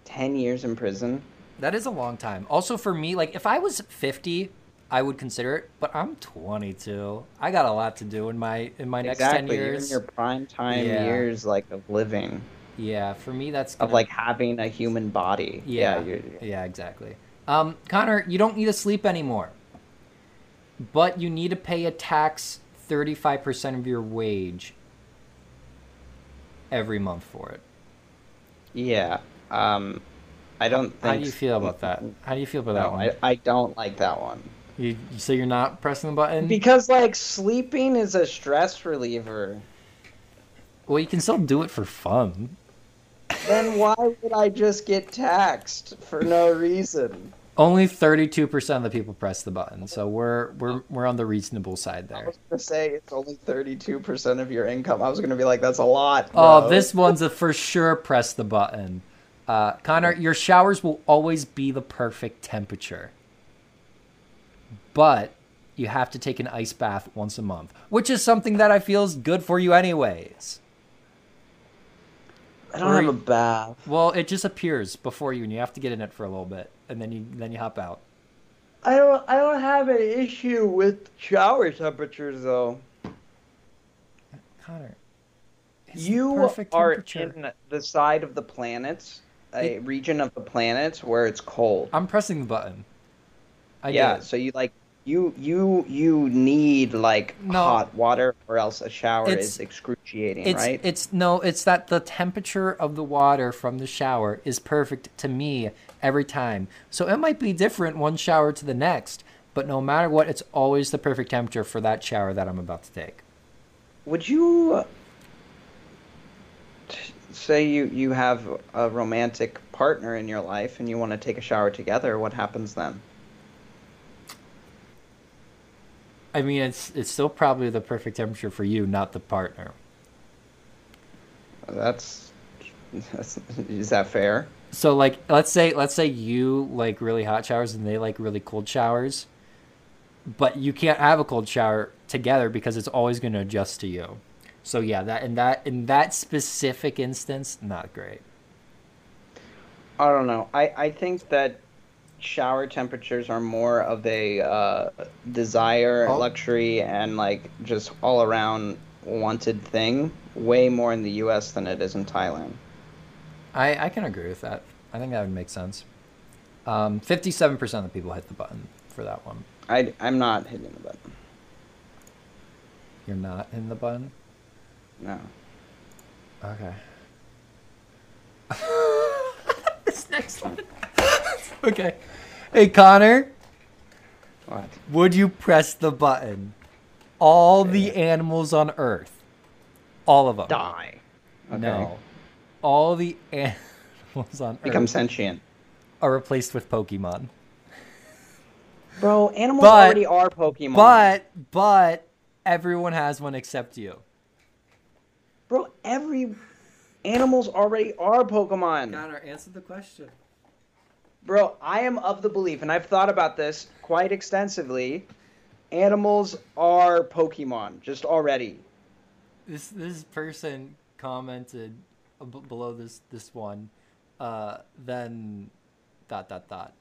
Ten years in prison.
That is a long time. Also, for me, like if I was fifty, I would consider it. But I'm twenty-two. I got a lot to do in my in my next ten
exactly. You're in
years.
your prime time
Yeah.
years, like of living,
Yeah, for me, that's
of
gonna-
like having a human body.
Yeah,
Yeah.
yeah,
you're,
exactly. Um, Connor, you don't need to sleep anymore, but you need to pay a tax thirty-five percent of your wage every month for it.
yeah. Um, I don't think.
How do you feel about that? How do you feel about that
No,
one?
I, I don't like that one.
You, you say you're not pressing the button.
Because like sleeping is a stress reliever.
well, you can still do it for fun.
Then why would I just get taxed for no reason?
Only 32% of the people press the button, so we're we're we're on the reasonable side
I
there.
was gonna say it's only thirty-two percent of your income. I was gonna be like, that's a lot.
Oh,
bro.
this one's a for sure press the button. Uh, Connor, your showers will always be the perfect temperature. But you have to take an ice bath once a month, which is something that I feel is good for you anyways.
I don't have
Or-
a bath.
Well, it just appears before you and you have to get in it for a little bit and then you then you hop out.
I don't. I don't have an issue with shower temperatures though.
Connor. it's the
You
perfect
are
temperature.
in the side of the planets, a
It-
region of the planets where it's cold.
I'm pressing the button. I
yeah,
did.
so you like you you you need like
No.
hot water or else a shower
It's-
is excruciating,
It's
right?
it's no, it's that the temperature of the water from the shower is perfect to me every time. So it might be different one shower to the next, but no matter what, it's always the perfect temperature for that shower that I'm about to take.
Would you uh, t- say you you have a romantic partner in your life and you want to take a shower together? What happens then?
I mean, it's it's still probably the perfect temperature for you, not the partner.
That's, that's is that fair?
So like, let's say let's say you like really hot showers and they like really cold showers, but you can't have a cold shower together because it's always going to adjust to you. So yeah, that in that in that specific instance, not great.
I don't know. I, I think that shower temperatures are more of a uh, desire,
Oh.
luxury, and like just all around wanted thing. Way more in the U.S. than it is in Thailand.
I, I can agree with that. I think that would make sense. Um, 57% of the people hit the button for that one.
I I'm not hitting the button.
You're not in the button?
No.
Okay. this next one. okay. Hey, Connor,
What?
would you press the button? All the animals on Earth. All of them.
Die. Okay.
No. All the animals on
Become
Earth
sentient.
are replaced with Pokemon.
Bro, animals
But-
already are Pokemon.
But, but, everyone has one except you.
bro, every animals already are Pokemon.
answer the question.
Bro, I am of the belief, and I've thought about this quite extensively. Animals are Pokemon, just already.
This this person commented ab- below this this one, uh, then dot dot dot.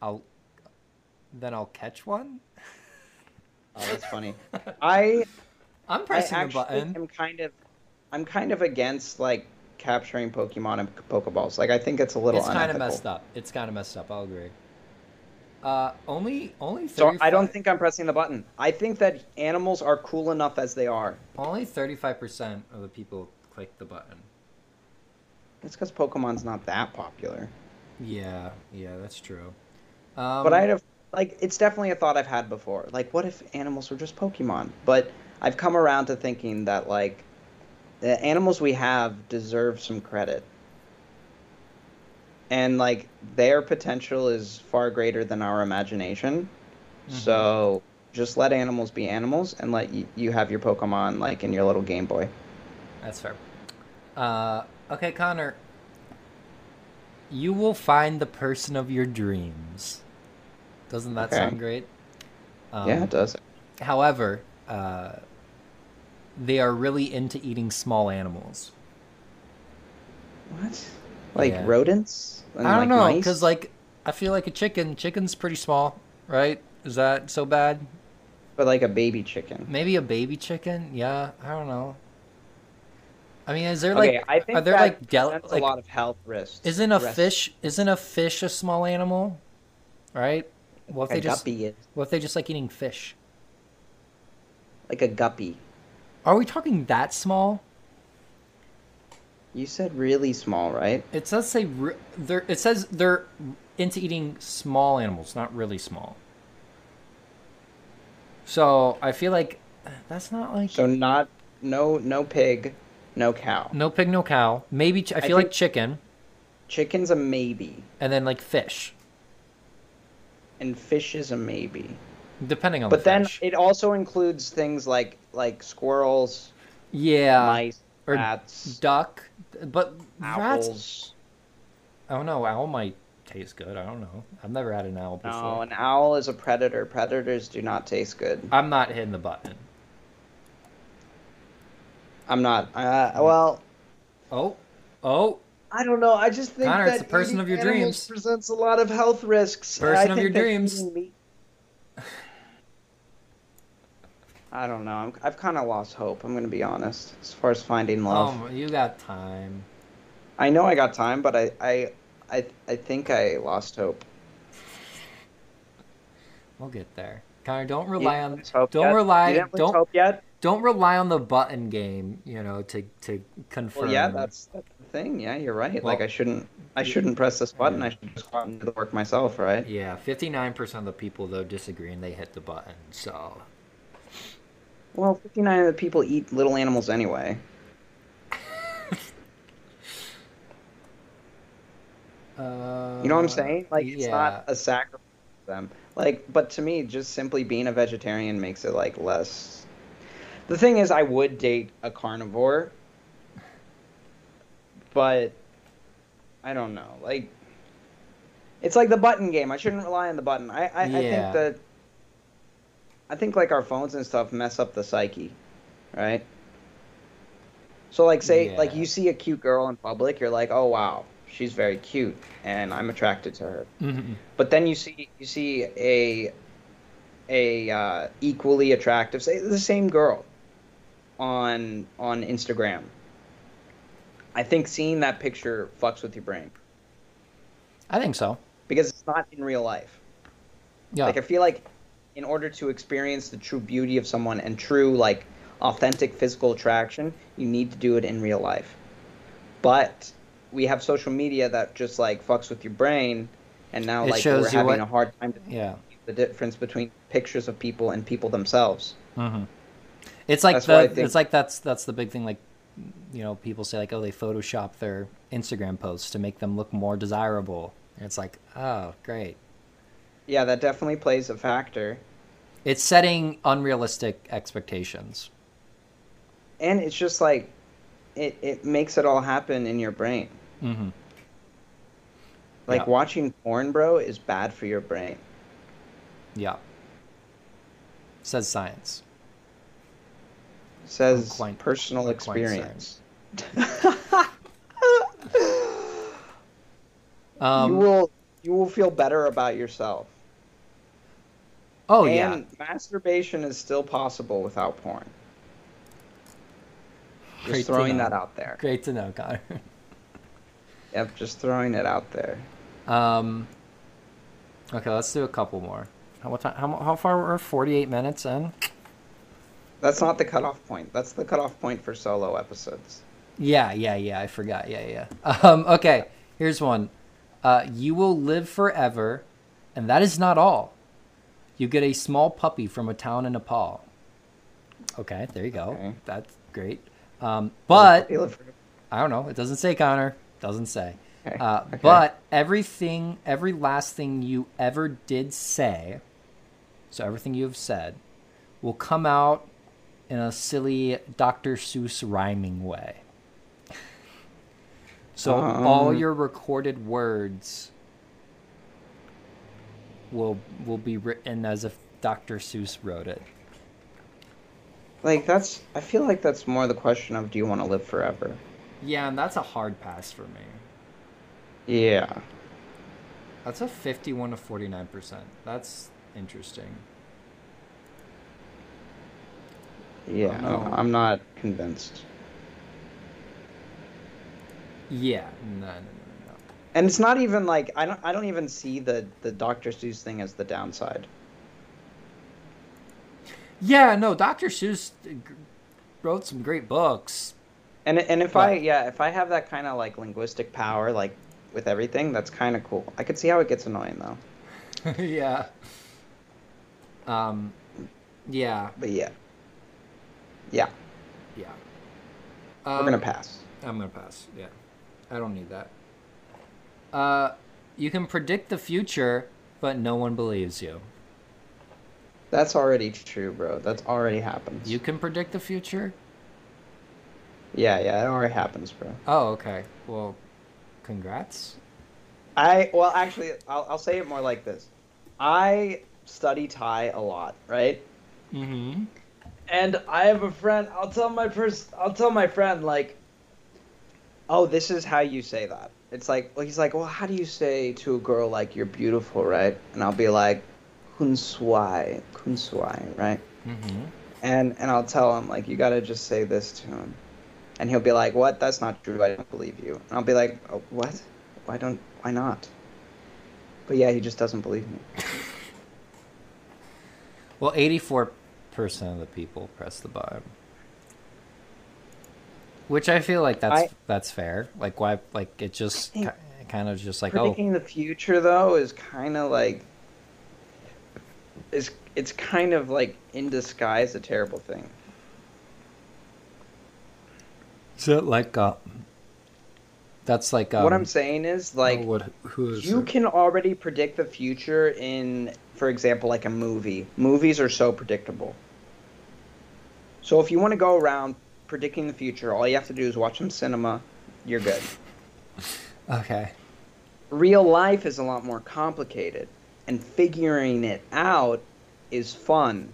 I'll then I'll catch one.
Oh, that's funny. I,
I'm
I
pressing the
actually
button.
am kind of, I'm kind of against like capturing Pokemon and Pokeballs. Like I think it's a little
It's kind
unethical.
of messed up. It's kind of messed up. I'll agree. Uh, only only
So I
35
don't think I'm pressing the button. I think that animals are cool enough as they are.
only thirty five percent of the people click the button.
It's because Pokemon's not that popular.
Yeah, yeah, that's true. Um,
but I'd have like it's definitely a thought I've had before. Like, what if animals were just Pokemon? But I've come around to thinking that like the animals we have deserve some credit, and like their potential is far greater than our imagination.
Mm-hmm.
So just let animals be animals, and let y- you have your Pokemon like in your little Game Boy.
That's fair. Uh, okay, Connor. You will find the person of your dreams. Doesn't that
Okay.
sound great? Um,
yeah, it does.
However, uh, they are really into eating small animals.
What? Like
Yeah.
rodents? And,
I don't know
mice?
because like I feel like a chicken. Chicken's pretty small, right? Is that so bad?
but like a baby chicken.
Maybe a baby chicken. Yeah, I don't know. I mean, is there like
Okay, I think
are there
that
like del-
presents
like
a lot of health risks.
Isn't a
Risk.
fish isn't a fish a small animal? Right? What
Like
if they
a
just
guppy is
what if they just like eating fish?
like a guppy?
Are we talking that small?
You said really small, right?
It says say re- they're it says they're into eating small animals, not really small. So I feel like that's not like
So not no no pig, no cow.
no pig, no cow. Maybe ch- I feel like
think-
chicken,
Chicken's a maybe.
and then like fish.
and fish is a maybe.
depending on
But
the
then
fish.
it also includes things like like squirrels,
yeah,
mice,
Uh, or
rats,
duck. But rats.
owls.
I don't know. Owl might taste good. I don't know. I've never had an owl before.
No, an owl is a predator. Predators do not taste good.
I'm not hitting the button.
I'm not. Uh, well,
Oh, oh,
I don't know. I just think
Connor, it's
that
the person
eating
of your
animals
dreams.
presents a lot of health risks. and I
Person of
think
your
that
dreams.
eating meat- I don't know. I'm, I've kind of lost hope. I'm going to be honest. As far as finding love,
um, you got time.
I know I got time, but I, I, I, I think I lost hope.
We'll get there. Connor, don't rely
You didn't
on
lose hope
don't
yet?
rely
You didn't lose
don't
hope yet.
don't rely on the button game. You know to to confirm.
Well, yeah, that's, that's the thing. Yeah, you're right. like
Well,
I shouldn't, I
you-
shouldn't press this button.
yeah.
I should just go out and do the work myself, right?
yeah. Fifty nine percent of the people though disagree and they hit the button. So
Well, 59 of the people eat little animals anyway.
uh,
You know what I'm saying? Like it's
yeah.
not a sacrifice to them. Like, but to me, just simply being a vegetarian makes it like less. The thing is, I would date a carnivore, but I don't know. Like, it's like the button game. I shouldn't rely on the button. I I, I
Yeah.
think that I think like our phones and stuff mess up the psyche, right? So like say like
Yeah.
you see a cute girl in public, you're like, "Oh wow, she's very cute and I'm attracted to her."
Mhm.
But then you see you see a a uh, equally attractive say the same girl on on Instagram. I think seeing that picture fucks with your brain
I think so.
because it's not in real life.
Yeah.
Like I feel like in order to experience the true beauty of someone and true like authentic physical attraction, you need to do it in real life. But we have social media that just like fucks with your brain and now
It
like
shows
we're
you
having
what-
a hard time to
yeah.
the difference between pictures of people and people themselves.
hmm It's like
That's
the,
why I think-
it's like that's that's the big thing. Like, you know, people say like, oh, they Photoshop their Instagram posts to make them look more desirable, and it's like, oh, great.
Yeah, that definitely plays a factor.
It's setting unrealistic expectations.
And it's just like it, it makes it all happen in your brain.
Mm-hmm.
Like
Yeah.
watching porn bro is bad for your brain.
Yeah. Says science.
says
I'm quite-
personal
I'm quite
experience.
Um,
you will you will feel better about yourself.
oh yeah.
and masturbation is still possible without porn. Just
Great to
throwing
know.
that out there.
Great to know, Connor.
Yep, just throwing it out there.
Um, okay, let's do a couple more. How, what time, how, how far we're? Forty-eight minutes in.
That's not the cutoff point. That's the cutoff point for solo episodes.
Yeah, yeah, yeah. I forgot. Yeah, yeah. Um, okay, here's one. Uh, you will live forever, and that is not all. You get a small puppy from a town in Nepal. Okay, there you go.
Okay.
That's great. Um, but
They live for-
I don't know. It doesn't say Connor. Doesn't say.
Okay,
Uh,
okay.
But everything, every last thing you ever did say, so everything you have said, will come out in a silly Dr. Seuss rhyming way. So all
Um.
your recorded words will will be written as if Dr. Seuss wrote it.
like that's I feel like that's more the question of do you want to live forever?
Yeah, and that's a hard pass for me.
Yeah.
That's a 51 to 49%. That's interesting.
Yeah.
Oh, no.
I'm not convinced.
Yeah, no, no, no, no.
And it's not even like I don't I don't even see the the Dr. Seuss thing as the downside.
Yeah, no, Dr. Seuss uh, g- wrote some great books.
And and if I
Right.
yeah, if I have that kind of like linguistic power like with everything, that's kind of cool. I could see how it gets annoying though.
yeah. Um, yeah,
But yeah. Yeah,
yeah.
we're
Um,
going to pass.
I'm gonna pass. Yeah, I don't need that. Uh, you can predict the future, but no one believes you.
That's already true, bro. That's already happens.
You can predict the future?
Yeah, yeah, it already happens, bro.
Oh, okay. Well, congrats.
I well, actually, I'll, I'll say it more like this. I study Thai a lot, right?
Mm-hmm.
and I have a friend. I'll tell my pers- I'll tell my friend like, oh, this is how you say that. It's like well, he's like, well, how do you say to a girl like you're beautiful, right? And I'll be like, kun swai, kun swai, right?
Mm-hmm.
And and I'll tell him like, you gotta just say this to him, and he'll be like, what? That's not true. I don't believe you. And I'll be like, oh, what? Why don't? Why not? But yeah, he just doesn't believe me.
Well, 84% of the people press the button. Which I feel like that's
I-
that's fair. Like why like it just ki-
think-
kind of just like oh
predicting the future though is kind of like is it's kind of like in disguise a terrible thing.
is it like uh that's like um,
what I'm saying is like
oh, what who is
you
it?
can already predict the future in for example like a movie. Movies are so predictable. So if you want to go around predicting the future, all you have to do is watch some cinema, you're good.
Okay.
real life is a lot more complicated and figuring it out is fun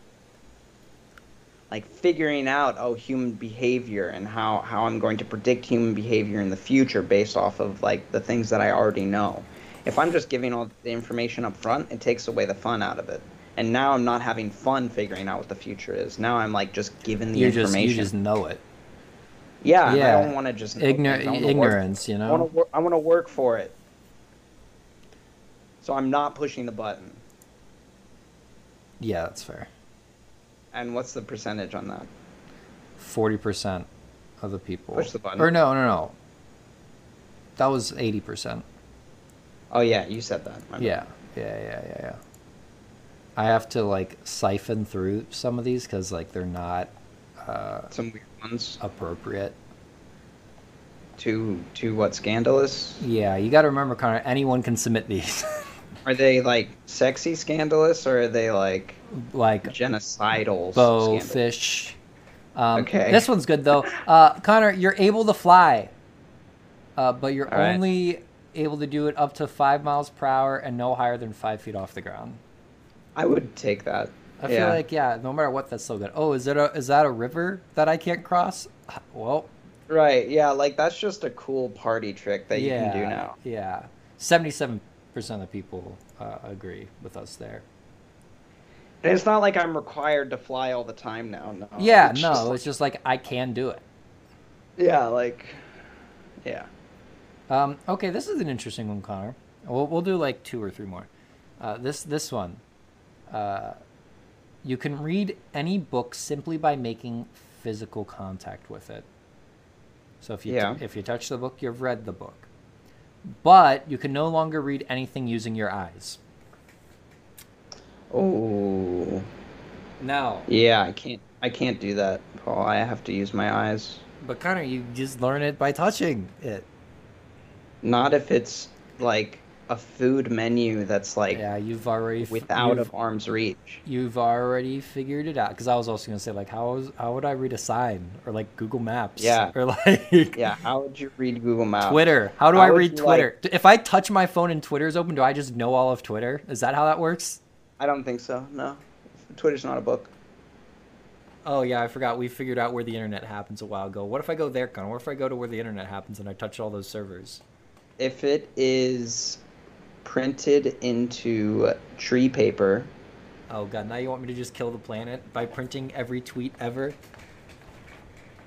like figuring out oh human behavior and how how i'm going to predict human behavior in the future based off of like the things that i already know if i'm just giving all the information up front it takes away the fun out of it and now i'm not having fun figuring out what the future is now i'm like just giving the
You just
information
you just know it.
yeah, and
Yeah.
i don't want to just know
Ignor-
things. I wanna work-
ignorance, you
I want
know.
to work. I want to work for it. So I'm not pushing the button.
Yeah, that's fair.
And what's the percentage on that?
forty percent of the people.
Push the button.
Or no, no, no. That was eighty percent.
Oh yeah, you said that. my bad.
Yeah, yeah, yeah, yeah, yeah. I have to like siphon through some of these because like they're not uh,
Some weird ones.
appropriate.
Too too what scandalous?
Yeah, you got to remember, Connor. Anyone can submit these.
Are they like sexy scandalous or are they like
like
genocidal?
bow
scandalous?
fish. Um,
Okay.
This one's good though. Uh, Connor, you're able to fly, uh, but you're
All right.
only able to do it up to five miles per hour and no higher than five feet off the ground.
I would take that.
I
yeah.
feel like yeah, no matter what, that's so good. Oh, is it a is that a river that I can't cross? Ah, Well,
right. Yeah, like that's just a cool party trick that
yeah,
you can do now.
yeah. Seventy-seven percent of people uh, agree with us there.
And it's not like I'm required to fly all the time now. No.
yeah,
Oh, It's
no,
just like-
it's just like I can do it.
yeah, like, yeah.
Um, okay, this is an interesting one, Connor. We'll we'll do like two or three more. Uh, this this one, uh, you can read any book simply by making physical contact with it. So if you
Yeah.
if you touch the book, you've read the book. But you can no longer read anything using your eyes.
Oh.
Now,
Yeah, I can't. I can't do that, Paul. I have to use my eyes.
but Connor, you just learn it by touching it.
Not if it's like a food menu that's like
Yeah, you've already f-
without
you've-
of arm's reach.
you've already figured it out because i was also going to say like how is, how would i read a sign or like google maps
Yeah.
or like
Yeah. How would you read Google Maps?
twitter how do
How
i
would
read
you,
twitter D- if i touch my phone and twitter is open do i just know all of twitter is that how that works
I don't think so. No. Twitter's not a book.
oh yeah i forgot we figured out where the internet happens a while ago what if i go there Connor? what if i go to where the internet happens and i touch all those servers
If it is printed into tree paper,
oh god now you want me to just kill the planet by printing every tweet ever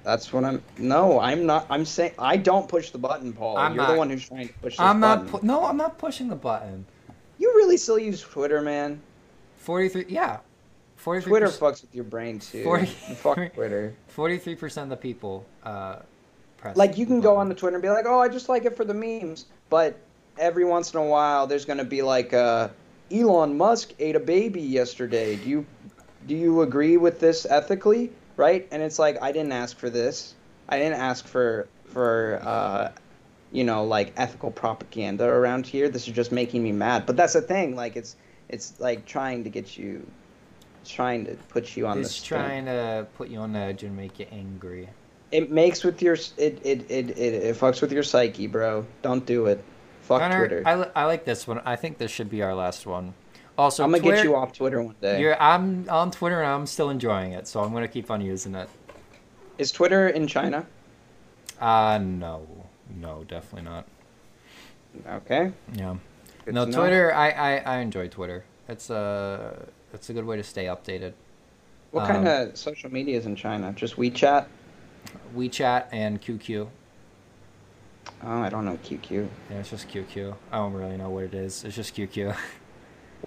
that's what I'm. No, I'm not. I'm saying I don't push the button, Paul.
I'm
You're
not-
the one who's trying to push. This
i'm not
button.
pu- no i'm not pushing the button
you really still use Twitter, man?
43 yeah 43
Twitter fucks with your brain too.
Forty-
Fuck Twitter.
Forty-three percent of the people uh, press.
Like you can go on
the
to Twitter and be like, "Oh, I just like it for the memes," but every once in a while, there's gonna be like, uh, "Elon Musk ate a baby yesterday. Do you do you agree with this ethically?" Right? And it's like, I didn't ask for this. I didn't ask for for uh, you know like ethical propaganda around here. This is just making me mad. But that's the thing. Like it's It's like trying to get you, trying to put you on the.
It's
spin.
trying to put you on edge and make you angry.
It makes with your it it, it it it fucks with your psyche, bro. Don't do it. Fuck
Connor,
Twitter.
I, li- I like this one. I think this should be our last one. Also,
I'm gonna
Twitter,
get you off Twitter one day.
You're, I'm on Twitter and I'm still enjoying it, so I'm gonna keep on using it.
Is Twitter in China?
Uh no, no, definitely not.
Okay.
Yeah,
Good
no
to know.
Twitter. I, I I enjoy Twitter. It's a it's a good way to stay updated.
What
um,
kind of social media is in China? Just WeChat?
WeChat and QQ.
Oh, I don't know QQ.
Yeah, it's just QQ. I don't really know what it is. It's just QQ.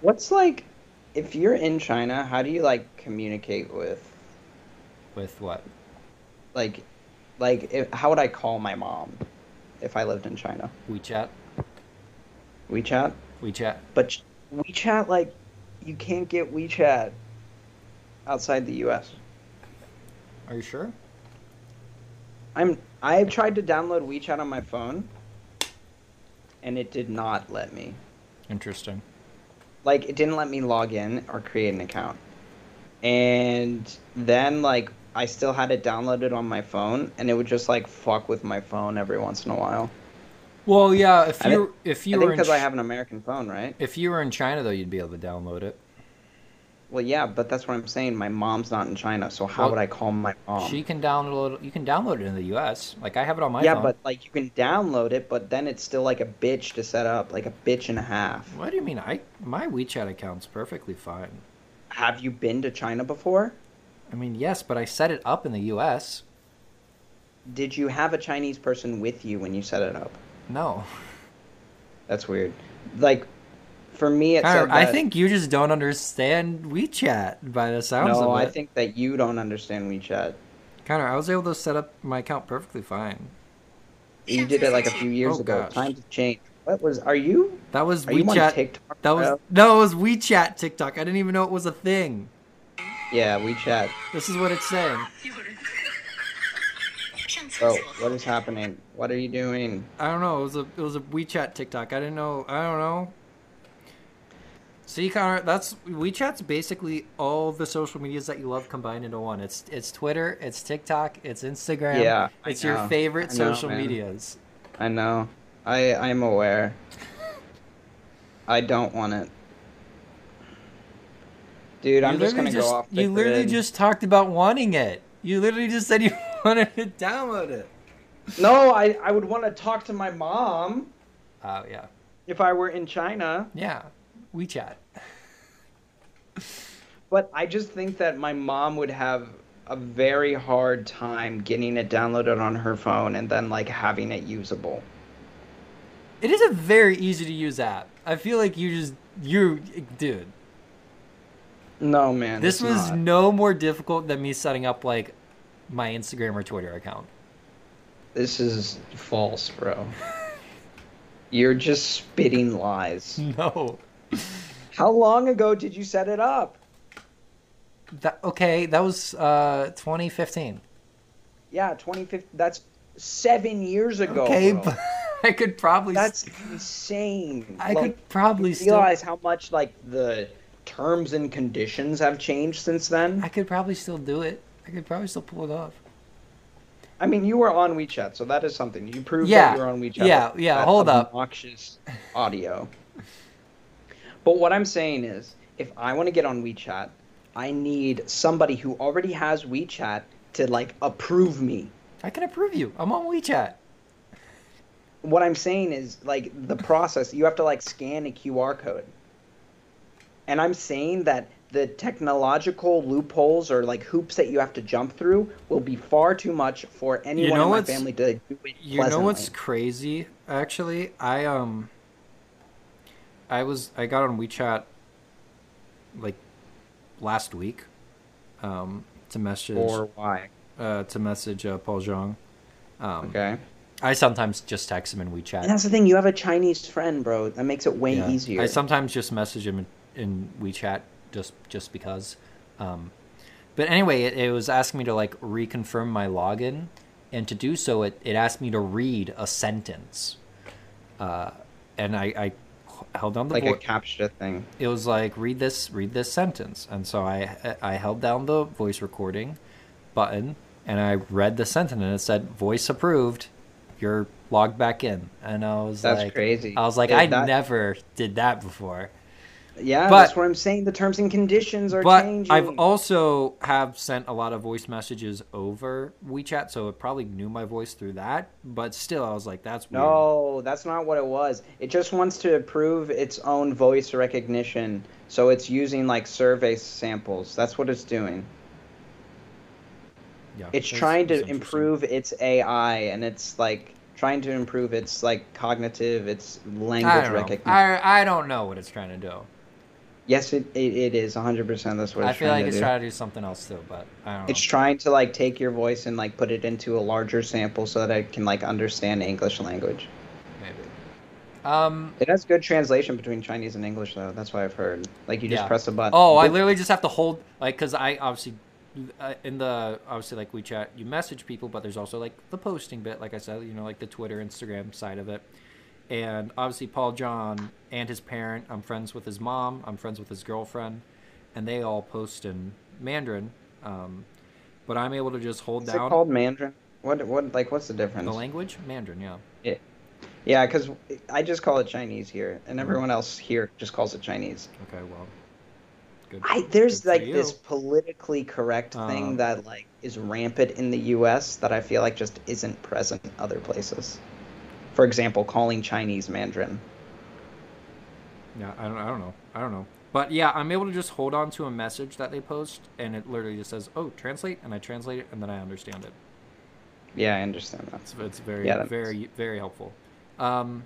What's like, if you're in China, how do you like communicate with,
With what?
like, like if, how would I call my mom, if I lived in China?
WeChat.
WeChat.
WeChat.
But ch- WeChat, like, you can't get WeChat outside the U.S.
Are you sure?
I'm I've tried to download WeChat on my phone, and it did not let me.
Interesting.
like it didn't let me log in or create an account and then like i still had it downloaded on my phone and it would just like fuck with my phone every once in a while
Well, yeah. If
I
you
think-
if
i
you
think
were in
because i
Ch-
have an american phone right
if you were in China though, you'd be able to download it.
well yeah but that's what i'm saying my mom's not in china so how
Well,
would i call my mom
She can download. You can download it in the U.S. Like I have it on my
yeah
phone.
but like you can download it but then it's still like a bitch to set up like a bitch and a half
What do you mean? I my WeChat account's perfectly fine.
have you been to china before
I mean, yes, but I set it up in the U.S.
did you have a chinese person with you when you set it up
No,
that's weird like for me it's
Connor, I think you just don't understand WeChat by the sounds
no,
of it.
I think that you don't understand WeChat.
Connor, I was able to set up my account perfectly fine.
You did it like a few years
Oh,
ago.
gosh.
Time to change. What was? Are you?
That was
Are you on
WeChat.
TikTok?
that was
bro?
no, it was WeChat TikTok. I didn't even know it was a thing.
Yeah, WeChat.
This is what it's saying.
Bro, what is happening? What are you doing?
I don't know. It was a it was a WeChat TikTok. I didn't know. I don't know. See, Connor, that's WeChat's basically all the social medias that you love combined into one. It's it's Twitter, it's TikTok, it's Instagram.
Yeah, I
it's your
know.
favorite
I know,
social
man.
medias.
I know. I I'm aware. I don't want it, dude. I'm
You
just
literally
gonna go off. The
You literally
grid.
just talked about wanting it. You literally just said you wanted to download it.
No, I I would want to talk to my mom
Oh yeah,
if I were in China.
yeah, WeChat.
But I just think that my mom would have a very hard time getting it downloaded on her phone and then like having it usable.
It is a very easy to use app. I feel like you just you dude.
No, man.
This
it's
was
not.
no more difficult than me setting up like my Instagram or Twitter account.
this is false, bro. You're just spitting lies.
Hmm. No.
How long ago did you set it up?
That okay, that was uh 2015.
Yeah, 2015. That's 7 years ago.
okay,
bro.
but I could probably
that's insane.
I
Like,
could probably
you
still
realize how much like the terms and conditions have changed since then.
I could probably still do it. I could probably still pull it off.
I mean, you were on WeChat, so that is something. You proved
Yeah,
that you were on WeChat.
yeah,
with
yeah,
that
hold up.
Obnoxious audio. But what I'm saying is, if I want to get on WeChat, I need somebody who already has WeChat to like approve me.
I can approve you. I'm on WeChat.
What I'm saying is, like the process, you have to like scan a QR code. And I'm saying that the technological loopholes or like hoops that you have to jump through will be far too much for anyone
know
in my
what's-
family to do it
You know what's
pleasantly.
crazy? Actually, I um, I was I got on WeChat like last week, um, to message
or why?
uh, to message uh, Paul Zhang. Um,
Okay.
I sometimes just text him in WeChat.
And that's the thing, you have a Chinese friend, bro. That makes it way
Yeah.
easier.
I sometimes just message him in, in WeChat just just because. Um, but anyway, it, it was asking me to like reconfirm my login, and to do so, it, it asked me to read a sentence, uh, and I, I held down the
like a
board.
captcha thing.
it was like read this read this sentence and so i i held down the voice recording button and i read the sentence and it said voice approved you're logged back in and i was
That's
like
crazy.
i was like
Did
i
that-
never did that before
Yeah,
But-
that's what I'm saying. The terms and conditions are
but
changing.
i've also have sent a lot of voice messages over wechat so it probably knew my voice through that but still i was like that's weird
No, that's not what it was. It just wants to improve its own voice recognition. So it's using like survey samples. That's what it's doing.
Yeah,
It's
that's-
trying
that's
to
interesting.
improve its AI and it's like trying to improve its like cognitive, its
I
language
don't, know.
recognition.
I, I don't know what it's trying to do
Yes, it, it, it is 100%. That's what
i
it's
feel
trying
like
to
it's
do.
trying to do something else too but i don't know
It's trying to like take your voice and like put it into a larger sample so that it can like understand English language.
maybe. Um.
It has good translation between Chinese and English though. That's what I've heard. Like you just
Yeah.
press a button.
Oh, I
Good-
literally just have to hold like because I obviously uh, in the obviously like WeChat you message people, but there's also like the posting bit, like I said, you know, like the Twitter, Instagram side of it, and obviously Paul John and his parent. I'm friends with his mom. I'm friends with his girlfriend, and they all post in Mandarin. Um, but I'm able to just hold
Is it
down
called Mandarin? What what like what's the difference?
the language Mandarin. Yeah.
Yeah. Yeah, because I just call it Chinese here,
Mm-hmm.
and everyone else here just calls it Chinese.
Okay. Well. Good.
I there's
Good for
like
you.
this politically correct
Um,
thing that like is rampant in the U.S. that I feel like just isn't present in other places. For example, calling Chinese Mandarin.
Yeah, I don't, I don't know. I don't know. But yeah, I'm able to just hold on to a message that they post, and it literally just says, "Oh, translate," and I translate it, and then I understand it.
Yeah, I understand that.
It's, it's very,
Yeah, that makes
very, very helpful. Um,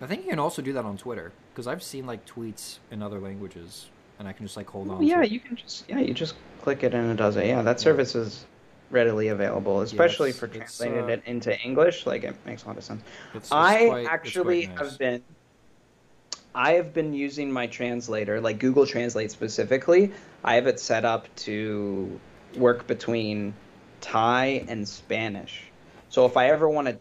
I think you can also do that on Twitter because I've seen like tweets in other languages, and I can just like hold on.
Well, yeah,
to it.
you can just yeah, you just click it and it does it. Yeah, that
Yeah.
service is readily available, especially
it's-
for
it's,
translating
uh,
it into English. Like it makes a lot of sense.
It's- it's
I
quite- it's quite
actually
nice.
have been I have been using my translator, like Google Translate specifically. I have it set up to work between Thai and Spanish. So if I ever want to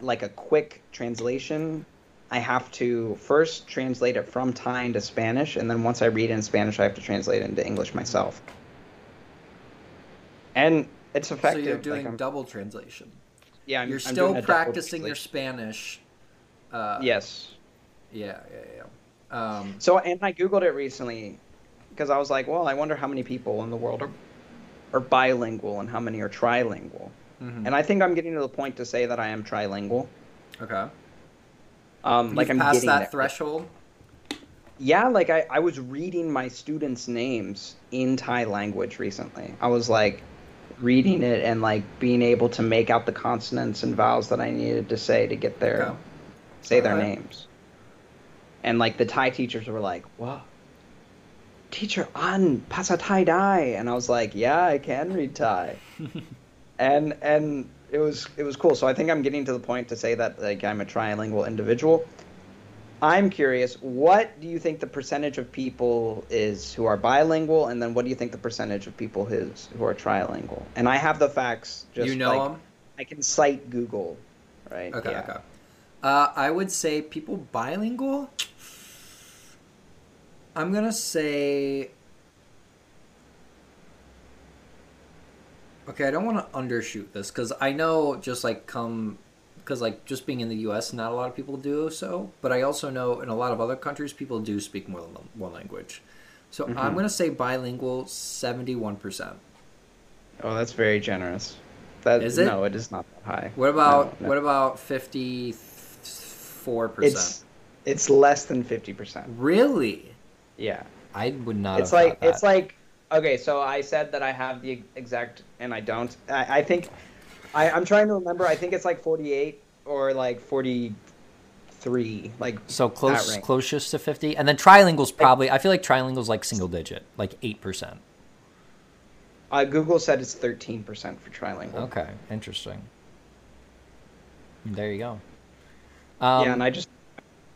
like a quick translation, I have to first translate it from Thai into Spanish and then once I read it in Spanish, I have to translate it into English myself. And it's
So
effective.
you're
like,
doing
I'm-
double translation.
yeah, I'm-
you're
I'm
still
doing a double
practicing your
translation.
Spanish. Uh,
Yes.
Yeah, yeah, yeah. Um,
So, and I googled it recently because I was like, well, I wonder how many people in the world are are bilingual and how many are trilingual.
mhm.
And I think I'm getting to the point to say that I am trilingual.
Okay.
Um, like
You've
I'm
passed
getting
that
there.
threshold.
Yeah, like I, I was reading my students' names in Thai language recently. I was like reading it and like being able to make out the consonants and vowels that I needed to say to get their
Okay.
say their
Alright.
names. And like the Thai teachers were like, "Wow, teacher An pasa Thai Dai," and I was like, "Yeah, I can read Thai." and and it was it was cool. So I think I'm getting to the point to say that like I'm a trilingual individual. I'm curious, what do you think the percentage of people is who are bilingual, and then what do you think the percentage of people is who are trilingual? And I have the facts. Just
you know
like,
them.
I can cite Google, right?
Okay,
Yeah.
okay. Uh, I would say people bilingual. I'm gonna say. Okay, I don't want to undershoot this because I know just like come, because like just being in the U.S., not a lot of people do so. But I also know in a lot of other countries, people do speak more than one language. So
Mm-hmm.
I'm gonna say bilingual, seventy-one percent.
Oh, that's very generous. That
Is it?
No, it is not that high.
What about
No, no.
what about fifty-four percent?
It's it's less than fifty percent.
Really?
Yeah,
I would not.
it's
have thought
like it's
that.
like okay. So I said that I have the exact, and I don't. I, I think I, I'm trying to remember. I think it's like forty-eight or like forty-three. Like
So close,
range.
closest to fifty, and then trilingual's probably. I feel like trilingual's like single digit, like eight percent.
uh, Google said, it's thirteen percent for trilingual.
Okay, interesting. There you go. Um,
yeah, and I just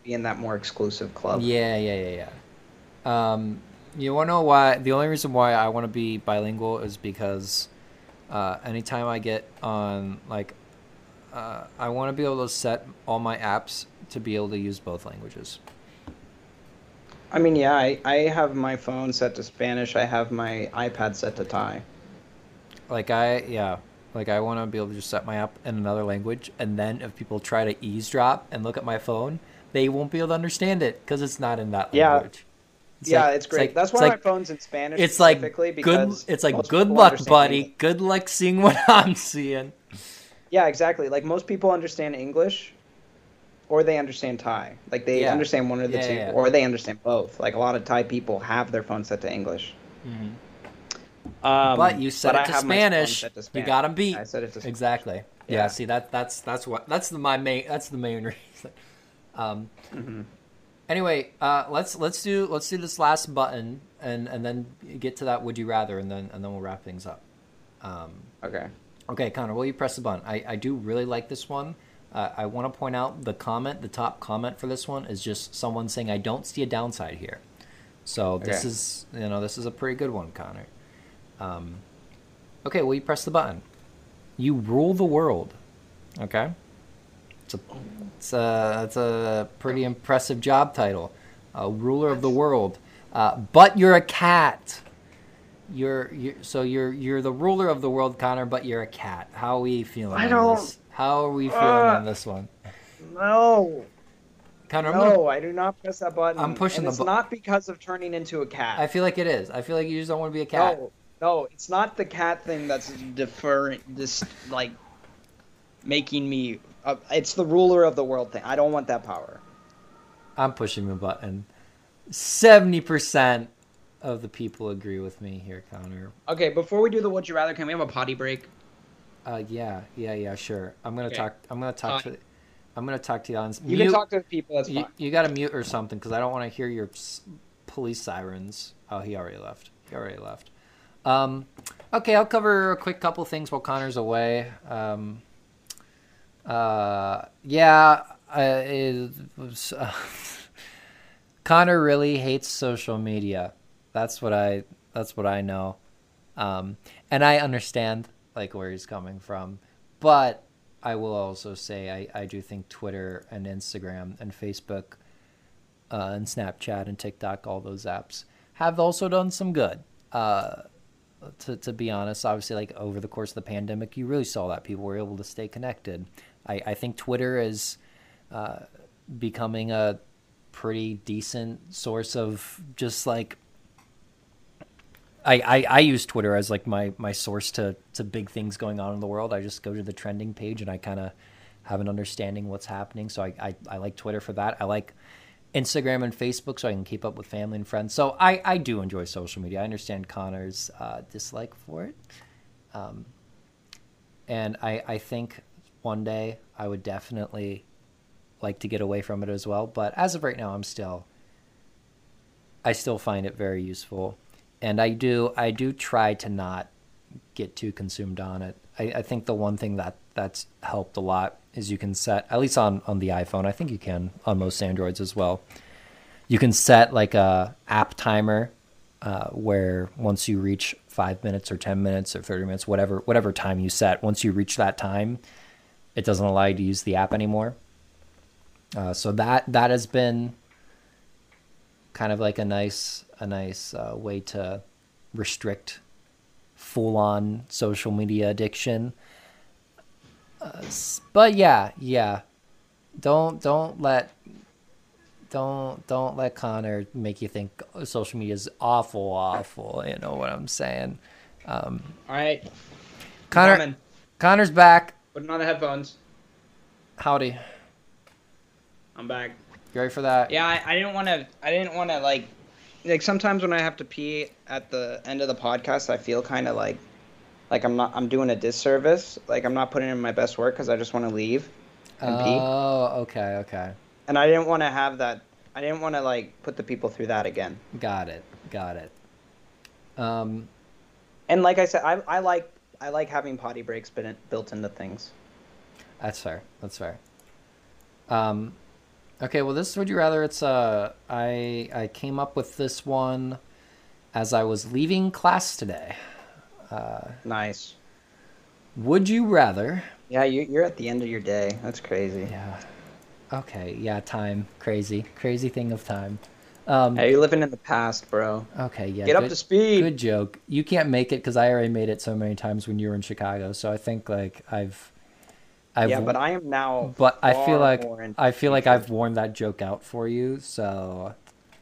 be in that more exclusive club.
yeah, yeah, yeah, yeah. Um, you want to know why? The only reason why I want to be bilingual is because uh, anytime I get on, like, uh, I want to be able to set all my apps to be able to use both languages.
I mean, yeah, I, I have my phone set to Spanish. I have my iPad set to Thai.
Like I yeah, like I want to be able to just set my app in another language, and then if people try to eavesdrop and look at my phone, they won't be able to understand it because it's not in that
Yeah.
language. It's
yeah,
like-
it's great.
like-
That's
it's
why
like-
my phone's in Spanish.
It's like
specifically
good.
because
It's like
most
good
people
luck,
understand
buddy.
English.
Good luck seeing what I'm seeing.
Yeah, exactly. Like most people understand English, or they understand Thai. Like they
Yeah.
understand one of the
Yeah,
two,
yeah, yeah.
or they understand both. Like a lot of Thai people have their phone set to English.
Mm-hmm.
Um,
but you set
but
it
I
to
have my phone
Spanish.
set to
You
Spanish.
got him beat.
I set it to Spanish.
Exactly. Yeah.
Yeah.
See that that's that's what that's the my main that's the main reason. Um.
Mm-hmm.
Anyway, uh, let's let's do let's do this last button and and then get to that would you rather and then and then we'll wrap things up. Um.
Okay.
Okay, Connor, will you press the button? I, I do really like this one. Uh, I want to point out the comment, the top comment for this one is just someone saying, I don't see a downside here. So this
Okay.
is, you know, this is a pretty good one, Connor. Um, okay, will you press the button? You rule the world. Okay? It's a, it's a, it's a pretty impressive job title. Uh, ruler of the world. Uh, but you're a cat you're, you're so you're you're the ruler of the world, Connor, but you're a cat. How are we feeling?
I
on
don't-
This? How are we feeling
Ah.
on this one,
No,
Connor? I'm gonna,
no, I do not press that button.
I'm pushing
and
the
It's
bu-
not because of turning into a cat.
I feel like it is. I feel like you just don't want to be a cat.
No, no, it's not the cat thing that's deferring this, like, making me. Uh, it's the ruler of the world thing. I don't want that power.
I'm pushing the button. Seventy percent of the people agree with me here, Connor.
Okay, before we do the would you rather, can we have a potty break?
Uh, yeah, yeah, yeah, sure. I'm gonna
Okay.
talk. I'm gonna talk
Fine.
to. The, I'm gonna talk to the audience.
You
Mute-
can talk to the people. That's
you,
fine.
you got to mute or something because I don't want to hear your s- police sirens. Oh, he already left. He already left. Um, okay, I'll cover a quick couple things while Connor's away. Um, uh, yeah, uh, it was, uh, Connor really hates social media. That's what I. That's what I know, um, and I understand like where he's coming from, but I will also say I, I do think Twitter and Instagram and Facebook uh, and Snapchat and TikTok, all those apps, have also done some good. Uh, to, to be honest, obviously, like over the course of the pandemic, you really saw that people were able to stay connected. I, I think Twitter is uh, becoming a pretty decent source of just like I, I, I use Twitter as like my, my source to, to big things going on in the world. I just go to the trending page and I kind of have an understanding what's happening. So I, I, I like Twitter for that. I like Instagram and Facebook so I can keep up with family and friends. So I, I do enjoy social media. I understand Connor's uh, dislike for it. Um, and I, I think one day I would definitely like to get away from it as well. But as of right now, I'm still I still find it very useful, and I do I do try to not get too consumed on it. I, I think the one thing that that's helped a lot is you can set at least on on the iPhone. I think you can on most Androids as well. You can set like a app timer uh, where once you reach five minutes or ten minutes or thirty minutes, whatever whatever time you set, once you reach that time, it doesn't allow you to use the app anymore. Uh, so that that has been kind of like a nice a nice uh, way to restrict full on social media addiction. Uh, s- but yeah, yeah, don't don't let don't don't let Connor make you think social media is awful, awful. You know what I'm saying?
All right,
Connor,
coming.
Connor's back.
Putting on the headphones.
Howdy,
I'm back.
you ready for that?
Yeah, I, I didn't want to. I didn't want to like. Like sometimes when I have to pee at the end of the podcast, I feel kind of like, like I'm not. I'm doing a disservice. Like I'm not putting in my best work because I just want to leave and pee.
Oh, okay, okay,
and I didn't want to have that. I didn't want to like put the people through that again.
got it, got it. Um,
And like I said, I, I like I like having potty breaks built in- built into things.
That's fair. That's fair. Um, okay. Well, this would you rather? It's uh, I I came up with this one as I was leaving class today.
Nice.
Would you rather?
Yeah, you, you're at the end of your day. That's crazy.
Yeah. Okay, yeah, time. Crazy. Crazy thing of time. Um,
Hey, you're living in the past, bro.
Okay, yeah.
Get up
good-
to speed.
Good joke. You can't make it because I already made it so many times when you were in Chicago. So I think like I've, I've
yeah, but I am now.
but I
far
feel like
more in-
I feel like I've worn that joke out for you. So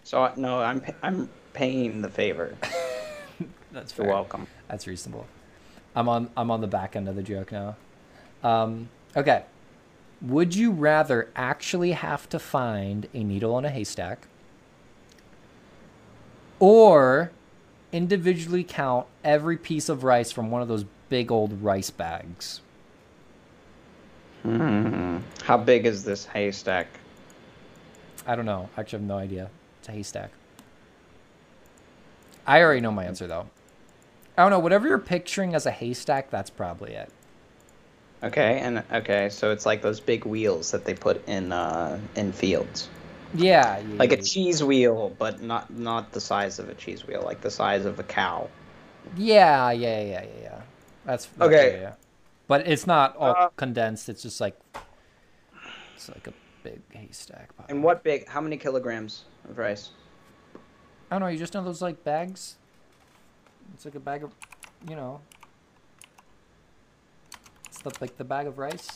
So no, I'm pa- I'm paying the favor.
that's
You're welcome.
That's reasonable. I'm on I'm on the back end of the joke now. Um, okay. Would you rather actually have to find a needle in a haystack or individually count every piece of rice from one of those big old rice bags?
How big is this haystack?
I don't know. Actually, I have no idea. It's a haystack. I already know my answer though. I don't know. Whatever you're picturing as a haystack, that's probably it.
Okay, and okay, so it's like those big wheels that they put in uh in fields.
Yeah.
Like a
yeah,
cheese wheel, but not not the size of a cheese wheel, like the size of a cow.
Yeah, yeah, yeah, yeah, yeah. That's that's-
Okay.
yeah, yeah. But it's not all
Uh,
condensed. It's just like it's like a big haystack. pile.
And what big how many kilograms of rice?
I don't know. You just know those like bags. It's like a bag of, you know. It's the, like the bag of rice.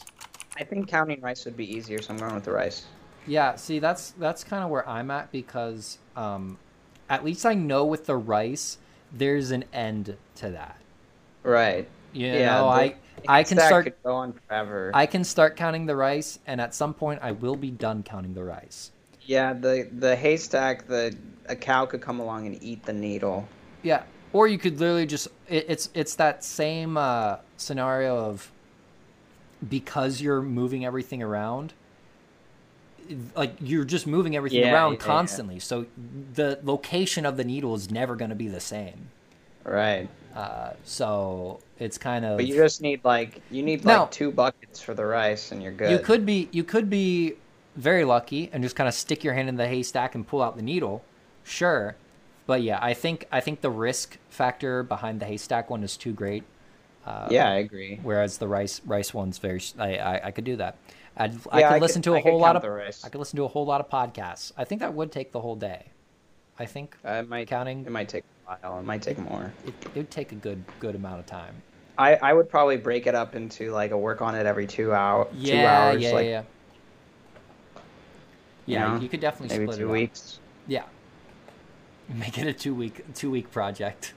I think counting rice would be easier, so I'm going with the rice.
Yeah, see, that's that's kind of where I'm at because um, at least I know with the rice, there's an end to that.
Right.
You
Yeah,
know,
the
I I can
Haystack
start
could go on forever.
I can start counting the rice, and at some point, I will be done counting the rice.
Yeah, the the haystack, the a cow could come along and eat the needle.
Yeah, or you could literally just it, it's it's that same uh, scenario of because you're moving everything around, like you're just moving everything
Yeah,
around
yeah, yeah.
constantly. So the location of the needle is never going to be the same.
Right.
Uh, so it's kind of
But you just need like you need like
No.
two buckets for the rice and you're good.
You could be you could be very lucky and just kind of stick your hand in the haystack and pull out the needle, sure. But yeah, I think I think the risk factor behind the haystack one is too great,
Uh, yeah, I agree.
whereas the rice rice one's very. s- I I, I could do that. I'd, I
Yeah, I
could
could-
listen to a
I could
whole lot
count
of
the rice.
I could listen to a whole lot of podcasts. I think that would take the whole day. I think
Uh, it might
Counting-
It might take a while. It might take more.
it, it would take a good good amount of time.
I I would probably break it up into like a work on it every two hour. two
Yeah,
hours,
yeah,
like
yeah.
you
Yeah,
know,
you could definitely
maybe
split
two
it up.
weeks.
Yeah. Make it a two week two week project.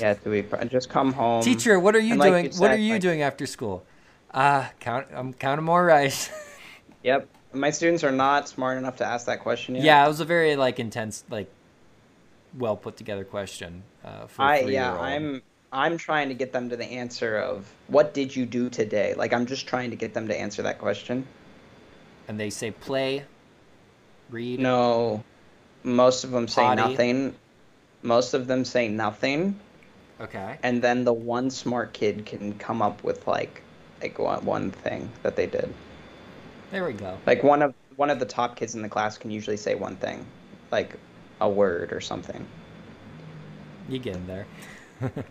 Yeah, two weeks. Just come home.
Teacher, what are you
Um, and like
doing?
you
what are
said,
you
like-
doing after school? Ah, count. I'm counting more rice.
Yep. My students are not smart enough to ask that question
yeah.
yet.
it was a very like intense, like well put together question. Uh, for a
I yeah,
three-year-old.
I'm I'm trying to get them to the answer of what did you do today? Like I'm just trying to get them to answer that question.
And they say play, read.
No, most of them say
Potty.
nothing. Most of them say nothing,
Okay.
and then the one smart kid can come up with like like one, one thing that they did.
There we go.
Like one of one of the top kids in the class can usually say one thing, like a word or something.
You getting there?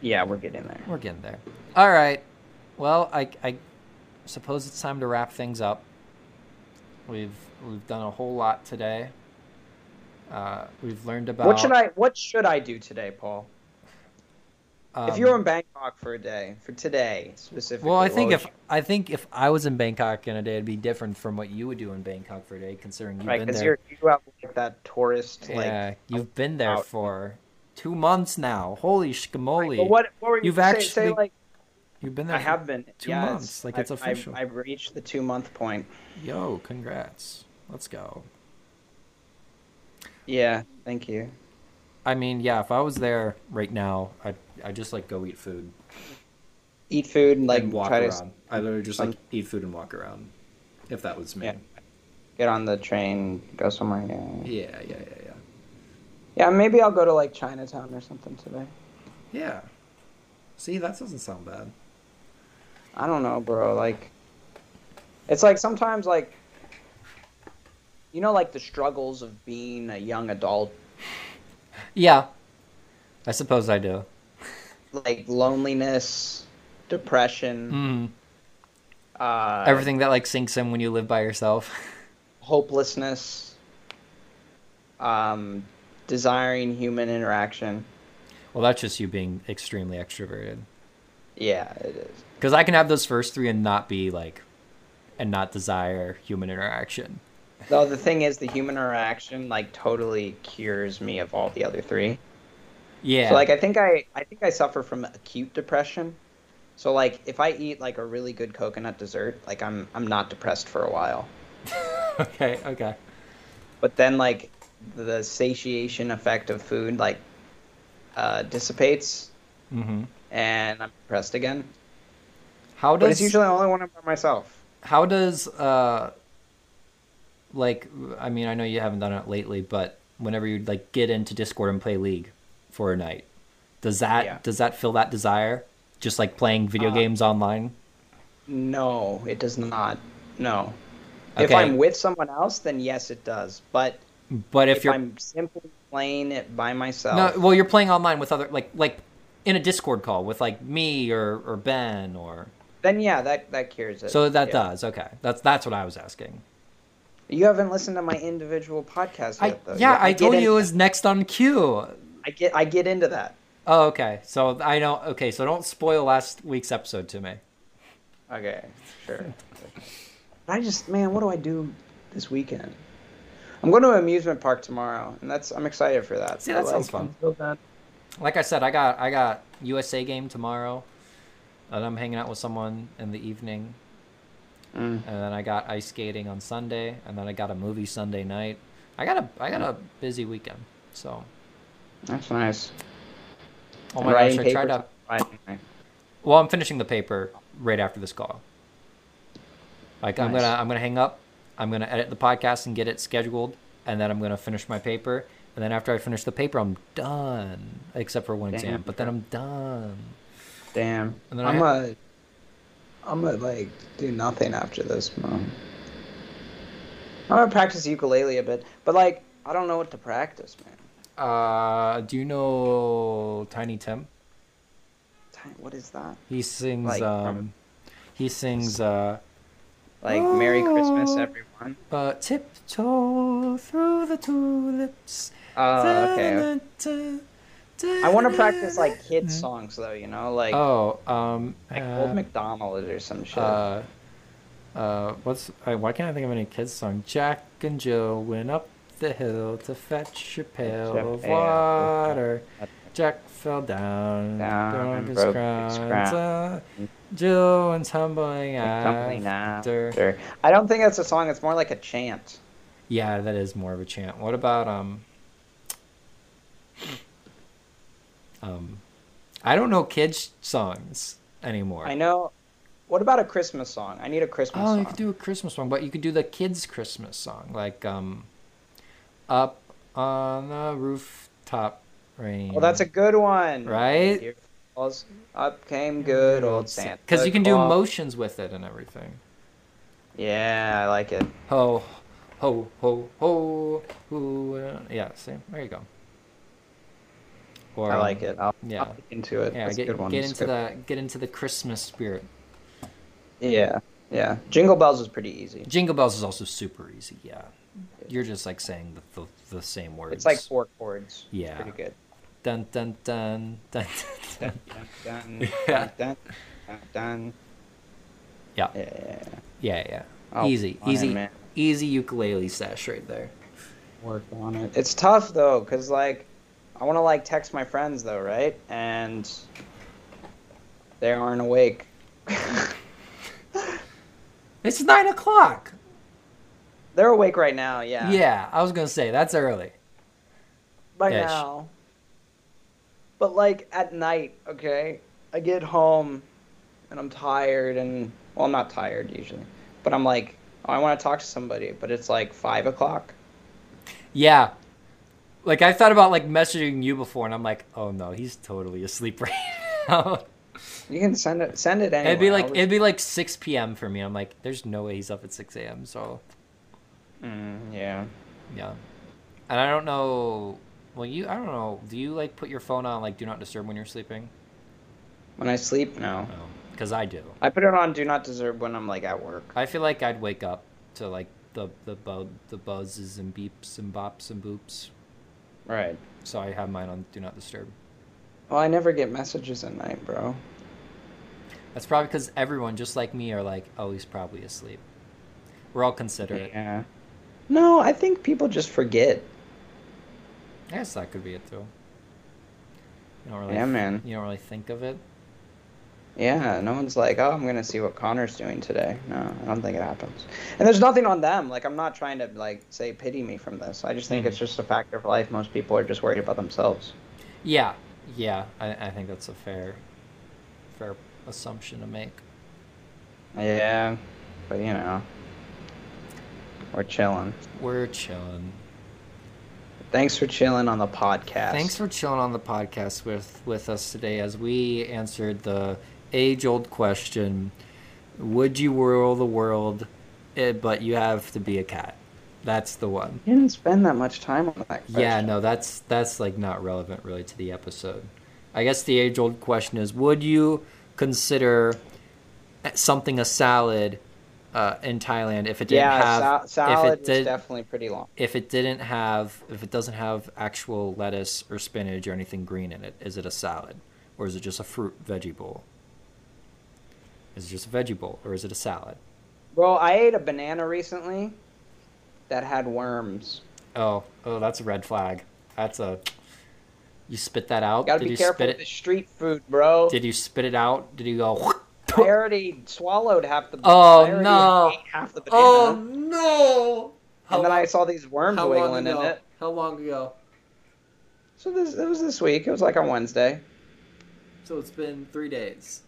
Yeah, we're getting there.
We're getting there. All right. Well, I, I suppose it's time to wrap things up. We've we've done a whole lot today. Uh, we've learned about
What should I what should I do today, Paul?
um,
if you were in Bangkok for a day, for today specifically.
Well, I
what
think
would
if I think if I was in Bangkok in a day, it'd be different from what you would do in Bangkok for a day, considering
you,
you've
right
been
because
there.
you're you have like that tourist like.
yeah, you've been there
out.
for two months now. Holy
But
schmoly!
what what were you
You've
say,
actually-
say like
You've been there.
I
for-
have been
two
yeah,
months, like, it's
I've-
official.
I've, I've reached the two month point.
Yo, congrats! Let's go.
Yeah, thank you.
I mean, yeah, if I was there right now, I I just like go eat food
Eat food and like
and walk
try
around.
to
I literally just
some-
like eat food and walk around. If that was me.
Yeah. get on the train, go somewhere. Yeah.
Yeah, yeah, yeah, yeah.
yeah, maybe I'll go to like Chinatown or something today.
Yeah. See, that doesn't sound bad.
I don't know, bro. Like, it's like sometimes, like, you know, like the struggles of being a young adult,
Yeah, I suppose I do.
like loneliness, depression,
Mm.
uh,
Mm-hmm. Everything that like sinks in when you live by yourself.
hopelessness, um, desiring human interaction.
well, that's just you being extremely extroverted.
Yeah, it is.
Because I can have those first three and not be like, and not desire human interaction.
Though the thing is, the human interaction like totally cures me of all the other three.
Yeah.
So like I think I I think I suffer from acute depression. So like if I eat like a really good coconut dessert, like I'm I'm not depressed for a while.
okay. Okay.
But then like the satiation effect of food like uh, dissipates
Mm-hmm.
and I'm depressed again.
How
But it's
does
usually only when I'm by myself.
how does uh like I mean I know you haven't done it lately, but whenever you like get into Discord and play League for a night, does that
Yeah.
does that fill that desire? Just like playing video
Uh,
games online.
No, it does not. No. If
Okay.
I'm with someone else, then yes, it does. But
But if,
if,
you're
I'm simply playing it by myself,
no, well, you're playing online with other like like in a Discord call with like me or or Ben or
then yeah, that that cures it.
so that
Uh,
uh,
Yeah.
does okay. That's that's what I was asking.
You haven't listened to my individual podcast
I
yet, though.
yeah, I
get
told
in-
you it was next on cue.
I get I get into that.
Oh, okay. So I know. Okay, so don't spoil last week's episode to me.
Okay, sure. I just man, what do I do this weekend? I'm going to an amusement park tomorrow, and that's I'm excited for that.
See, that
But,
sounds
like,
fun.
until then-
Like I said, I got I got USA game tomorrow, and I'm hanging out with someone in the evening,
Mm.
and then I got ice skating on Sunday, and then I got a movie Sunday night. I got a I got a busy weekend. So
That's nice.
oh my
Writing
gosh, I tried
papers
to.
on Friday night.
Well, I'm finishing the paper right after this call. Like I'm
Nice.
gonna I'm gonna hang up. I'm gonna edit the podcast and get it scheduled, and then I'm gonna finish my paper. And then after I finish the paper, I'm done, except for one exam.
Damn.
But then I'm done.
Damn.
And
I'm
then
I... am
I-
going I'm gonna like do nothing after this, mom. I'm gonna practice ukulele a bit, but like I don't know what to practice, man.
Uh, do you know Tiny Tim?
Ti- What is that?
He sings.
Like,
um,
from-
he sings. Uh,
Like Merry Christmas,
Oh.
everyone.
uh, tiptoe through the tulips.
Oh, okay. I
I
want to practice like kid songs though, you know, like
Mm-hmm. Oh, um,
like
uh,
Old MacDonald or some shit.
uh, uh, what's I, why can't I think of any kids song? Jack and Jill went up the hill to fetch a pail
Fetch a
of
pail of
water. Jack fell down,
Down and
his
broke his
crown.
crown.
So Jill and tumbling
Something now.
after.
Sure. I don't think that's a song. It's more like a chant.
Yeah, that is more of a chant. What about um um I don't know kids songs anymore.
I know. What about a Christmas song? I need a Christmas
Oh,
song.
you could do a Christmas song, but you could do the kids' Christmas song, like um, up on the rooftop rain.
Well, that's a good one.
Right?
Here falls- Up came good old Santa.
because you can do
Claus.
motions with it and everything.
Yeah, I like it.
Ho, ho, ho, ho, ho. uh, Yeah, see, there you go. Or,
I
um,
like it. I'll,
yeah.
I'll look into it.
Yeah,
That's
get,
a good one.
get
That's
into
good.
the get into the Christmas spirit.
Yeah, yeah. Jingle Bells is pretty easy.
Jingle bells is also super easy. Yeah, you're just like saying the the, the same words.
It's like four chords. It's
Yeah.
pretty good.
dun dun dun dun. dun, dun.
Dun, dun,
Yeah.
dun, dun, dun.
Yeah.
Yeah, yeah, yeah.
Yeah, yeah.
Oh,
easy,
fine,
easy,
man.
easy ukulele sesh right there.
Work on it. It's tough though, cause like, I want to like text my friends though, right? And they aren't awake.
It's nine o'clock.
They're awake right now. Yeah.
Yeah. I was gonna say that's early.
By
Ish.
now. But like at night, okay, I get home, and I'm tired, and well, I'm not tired usually, but I'm like, oh, I want to talk to somebody, but it's like five o'clock.
Yeah, like I thought about like messaging you before, and I'm like, oh no, he's totally asleep right now.
You can send it. Send it anyway.
it'd be like
I'll
it'd be like six p.m. for me. I'm like, there's no way he's up at six a.m. So
Mm, yeah.
yeah, and I don't know. Well, you I don't know. Do you like put your phone on like do not disturb when you're sleeping?
When I sleep, no.
Oh, because I do.
I put it on do not disturb when I'm like at work.
I feel like I'd wake up to like the the bu- the buzzes and beeps and bops and boops.
Right.
So I have mine on do not disturb.
Well, I never get messages at night, bro.
That's probably because everyone, just like me, are like, oh, he's probably asleep. We're all considerate.
Yeah. No, I think people just forget.
I guess that could be it too. You don't really,
Yeah, man.
You don't really think of it.
Yeah, no one's like, oh, I'm gonna see what Connor's doing today. No, I don't think it happens. And there's nothing on them. Like, I'm not trying to like say pity me from this. I just think
Mm-hmm.
it's just a factor of life. Most people are just worried about themselves.
Yeah, yeah. I, I think that's a fair, fair assumption to make.
Yeah, but you know, we're chilling.
We're chilling.
Thanks for chilling on the podcast.
Thanks for chilling on the podcast with with us today as we answered the age old question: Would you rule the world, eh, but you have to be a cat? That's the one.
You didn't spend that much time on that. Question.
Yeah, no, that's that's like not relevant really to the episode. I guess the age old question is: Would you consider eh, something a salad uh, in Thailand if it didn't
Yeah, sal-
have
salad
if it
was definitely pretty long.
if it didn't have if it doesn't have actual lettuce or spinach or anything green in it is it a salad or is it just a fruit veggie bowl is it just a veggie bowl or is it a salad
Bro, I ate a banana recently that had worms.
oh oh that's a red flag that's a you spit that out
Gotta
did
be
you
careful
spit
with
it
the street food, bro.
did you spit it out did you go
I already swallowed half the.
Oh,
I already
no.
ate half the banana,
Oh no!
and then I saw these worms
how long
wiggling
ago?
in it.
How long ago?
So this it was this week. It was like on Wednesday.
So it's been three days.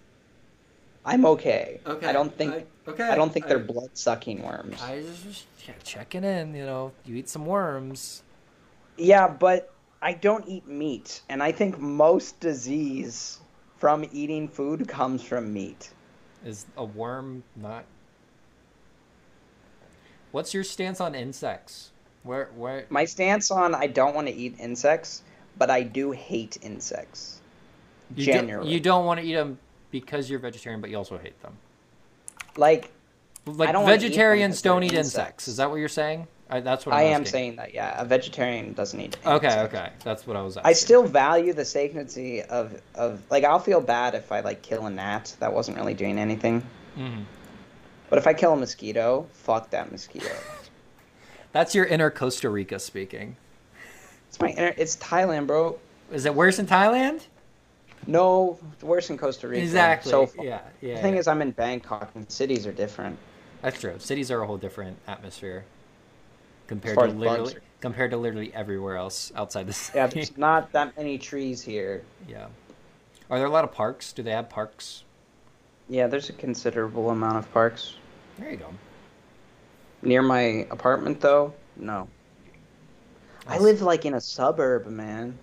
I'm okay.
Okay.
I don't think.
I, okay.
I, don't think they're
I-
blood sucking worms.
i just was che- checking in you know you eat some worms
Yeah, but I don't eat meat, and I think most disease from eating food comes from meat.
is a worm not what's your stance on insects where where
My stance on I don't want to eat insects, but I do hate insects.
You do-
Generally,
you don't want to eat them because you're vegetarian, but you also hate them.
like
Like
don't wanna eat them
vegetarians
because they're
don't eat insects.
insects.
Is that what you're saying? I, that's what I'm
I am
asking.
saying that. Yeah, a vegetarian doesn't eat.
Okay,
insects.
okay, that's what I was. Asking.
I still value the sacredness of of like I'll feel bad if I like kill a gnat that wasn't really doing anything.
Mhm.
But if I kill a mosquito, fuck that mosquito.
That's your inner Costa Rica speaking.
It's my inner, it's Thailand, bro.
Is it worse in Thailand?
No, worse in Costa Rica.
Exactly.
So far.
yeah, yeah.
The thing
yeah.
is, I'm in Bangkok, and cities are different.
that's true. Cities are a whole different atmosphere compared
far
to
as bugs
literally
are-
compared to literally everywhere else outside the
Yeah,
city.
there's not that many trees here.
yeah. Are there a lot of parks? Do they have parks?
Yeah, there's a considerable amount of parks
There you go.
near my apartment, though. No, I
Nice.
live like in a suburb, man.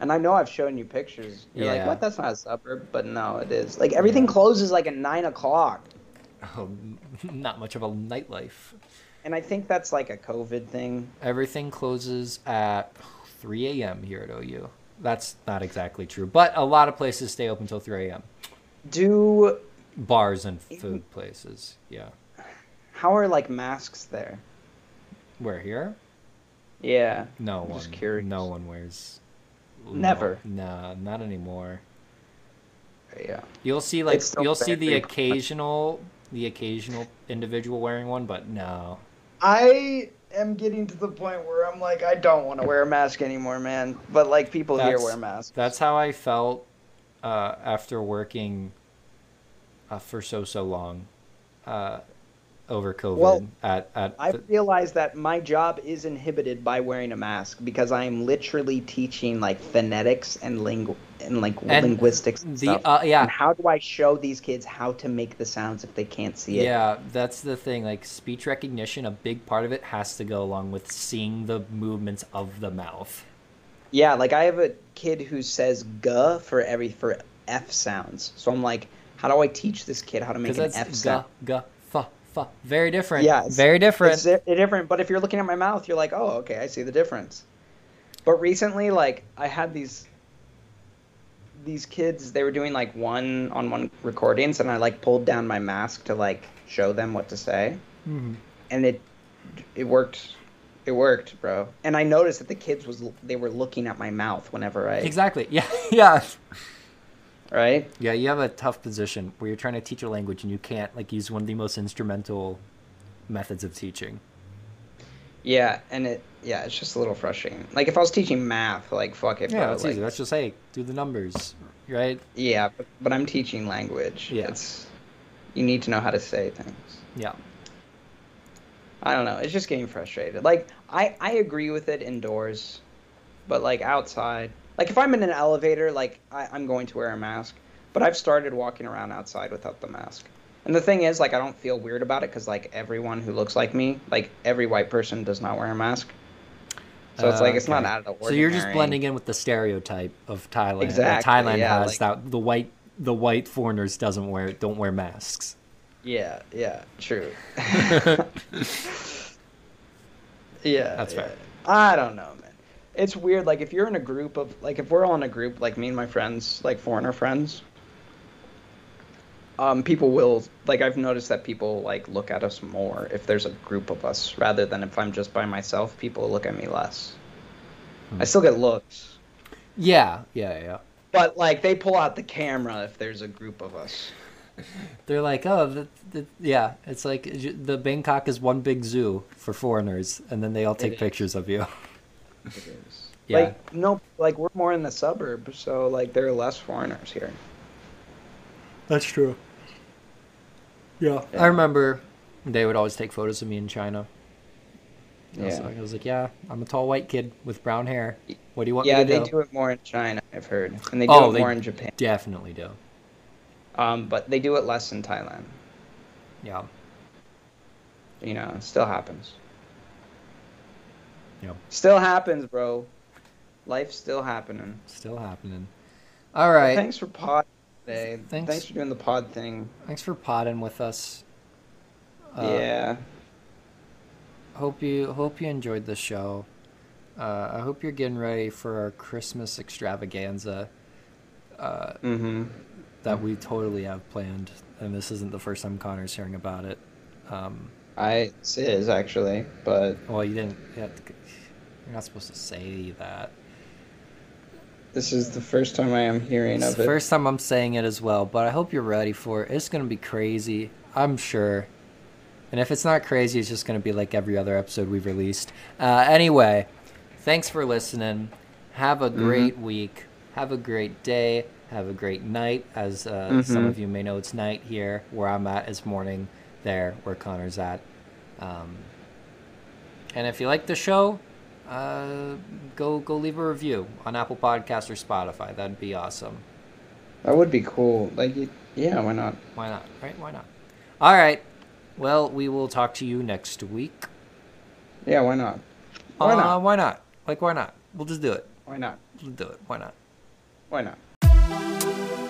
And I know I've shown you pictures. You're like,
Yeah.
what? That's not a suburb, but no, it is. Like everything
Yeah.
closes like at nine o'clock,
Oh, not much of a nightlife.
and I think that's like a COVID thing.
Everything closes at 3 a.m. here at OU. That's not exactly true, but a lot of places stay open till 3 a.m.
Do
Bars and food places. Yeah.
how are like masks there?
We're here.
Yeah.
No
I'm
one.
just curious.
No one wears. no-
Never.
Nah, not anymore.
Yeah.
You'll see like
It's still
you'll see the
very-
occasional the occasional individual wearing one, but no.
I am getting to the point where I'm like, I don't want to wear a mask anymore, man. But like people here
That's-
wear masks.
That's how I felt uh, after working uh, for so so long uh, over COVID
Well,
at at
I
the-
realize that my job is inhibited by wearing a mask because I am literally teaching like phonetics and lingu- and like
And
linguistics and
the
stuff.
uh, yeah
And how do I show these kids how to make the sounds if they can't see it?
yeah that's the thing like speech recognition a big part of it has to go along with seeing the movements of the mouth
Yeah, like I have a kid who says "g" for every for f sounds. So I'm like, how do I teach this kid how to make
because
an f
that's ga
sound?
ga fa fa very different
Yeah, it's-
very different
It's di- different, but if you're looking at my mouth, you're like, oh, okay, I see the difference. But recently, like, I had these these kids they were doing like one on one recordings and I like pulled down my mask to like show them what to say.
Mm-hmm.
and it it worked it worked bro and i noticed that the kids was they were looking at my mouth whenever i
Exactly. Yeah. Yeah.
right
Yeah. You have a tough position where you're trying to teach a language and you can't like use one of the most instrumental methods of teaching.
yeah and it yeah it's just a little frustrating like if i was teaching math like fuck it
Yeah,
bro,
that's
like,
easy. That's just hey, do the numbers, right?
yeah but, but i'm teaching language
Yeah.
it's you need to know how to say things
Yeah.
I don't know. It's just getting frustrated. Like I I agree with it indoors, but like outside, like if I'm in an elevator, like I, I'm going to wear a mask. But I've started walking around outside without the mask. And the thing is, like I don't feel weird about it because like everyone who looks like me, like every white person does not wear a mask. So it's
Uh,
like it's not
okay.
out of the
So
ordinary.
you're just blending in with the stereotype of Thailand. that
Exactly,
Thailand
yeah,
has
like-
that the white the white foreigners doesn't wear don't wear masks.
Yeah, yeah, true. Yeah.
That's
yeah.
fair.
I don't know, man. It's weird. Like, if you're in a group of, like, if we're all in a group, like me and my friends, like foreigner friends, um, people will, like, I've noticed that people, like, look at us more if there's a group of us rather than if I'm just by myself, people look at me less.
Hmm.
I still get looks,
Yeah. Yeah. Yeah.
but, like, they pull out the camera if there's a group of us.
They're like, oh, the, the, yeah. It's like j- the Bangkok is one big zoo for foreigners, and then they all take
is.
pictures of you.
It is.
Yeah.
Like, no, like, we're more in the suburbs, so, like, there are less foreigners here.
That's true. Yeah. I remember they would always take photos of me in China. I was,
Yeah.
like, I was like, yeah, I'm a tall white kid with brown hair. What do you want
Yeah,
me to
they
do?
do it more in China, I've heard, and they do
Oh,
it
they-
more in Japan.
Definitely do.
Um, but they do it less in Thailand.
Yeah.
You know, it still happens.
Yeah.
Still happens, bro. Life's still happening.
Still happening. All right.
Thanks for pod today.
Thanks.
Thanks. for doing the pod thing.
Thanks for potting with us. Uh,
yeah.
Hope you hope you enjoyed the show. Uh, I hope you're getting ready for our Christmas extravaganza uh,
Mm-hmm.
that we totally have planned, and this isn't the first time Connor's hearing about it. Um,
I it is actually, but
well, you didn't. You had to- you're not supposed to say that.
this is the first time I am hearing
It's
of
the
it.
first time I'm saying it as well, but I hope you're ready for it. It's gonna be crazy, I'm sure. And if it's not crazy, it's just gonna be like every other episode we've released. Uh, anyway, thanks for listening. Have a
Mm-hmm.
great week. Have a great day. Have a great night. As uh, some
Mhm.
of you may know, it's night here. Where I'm at is morning. There, where Connor's at. Um, and if you like the show, uh, go go leave a review on Apple Podcasts or Spotify. That'd be awesome.
That would be cool. Like, you- yeah, why not?
Why not? Right? Why not? All right. Well, we will talk to you next week.
Yeah, why not? Why
Uh,
not?
why not? Like, why not? We'll just do it.
Why not?
We'll do it. Why not?
Why not?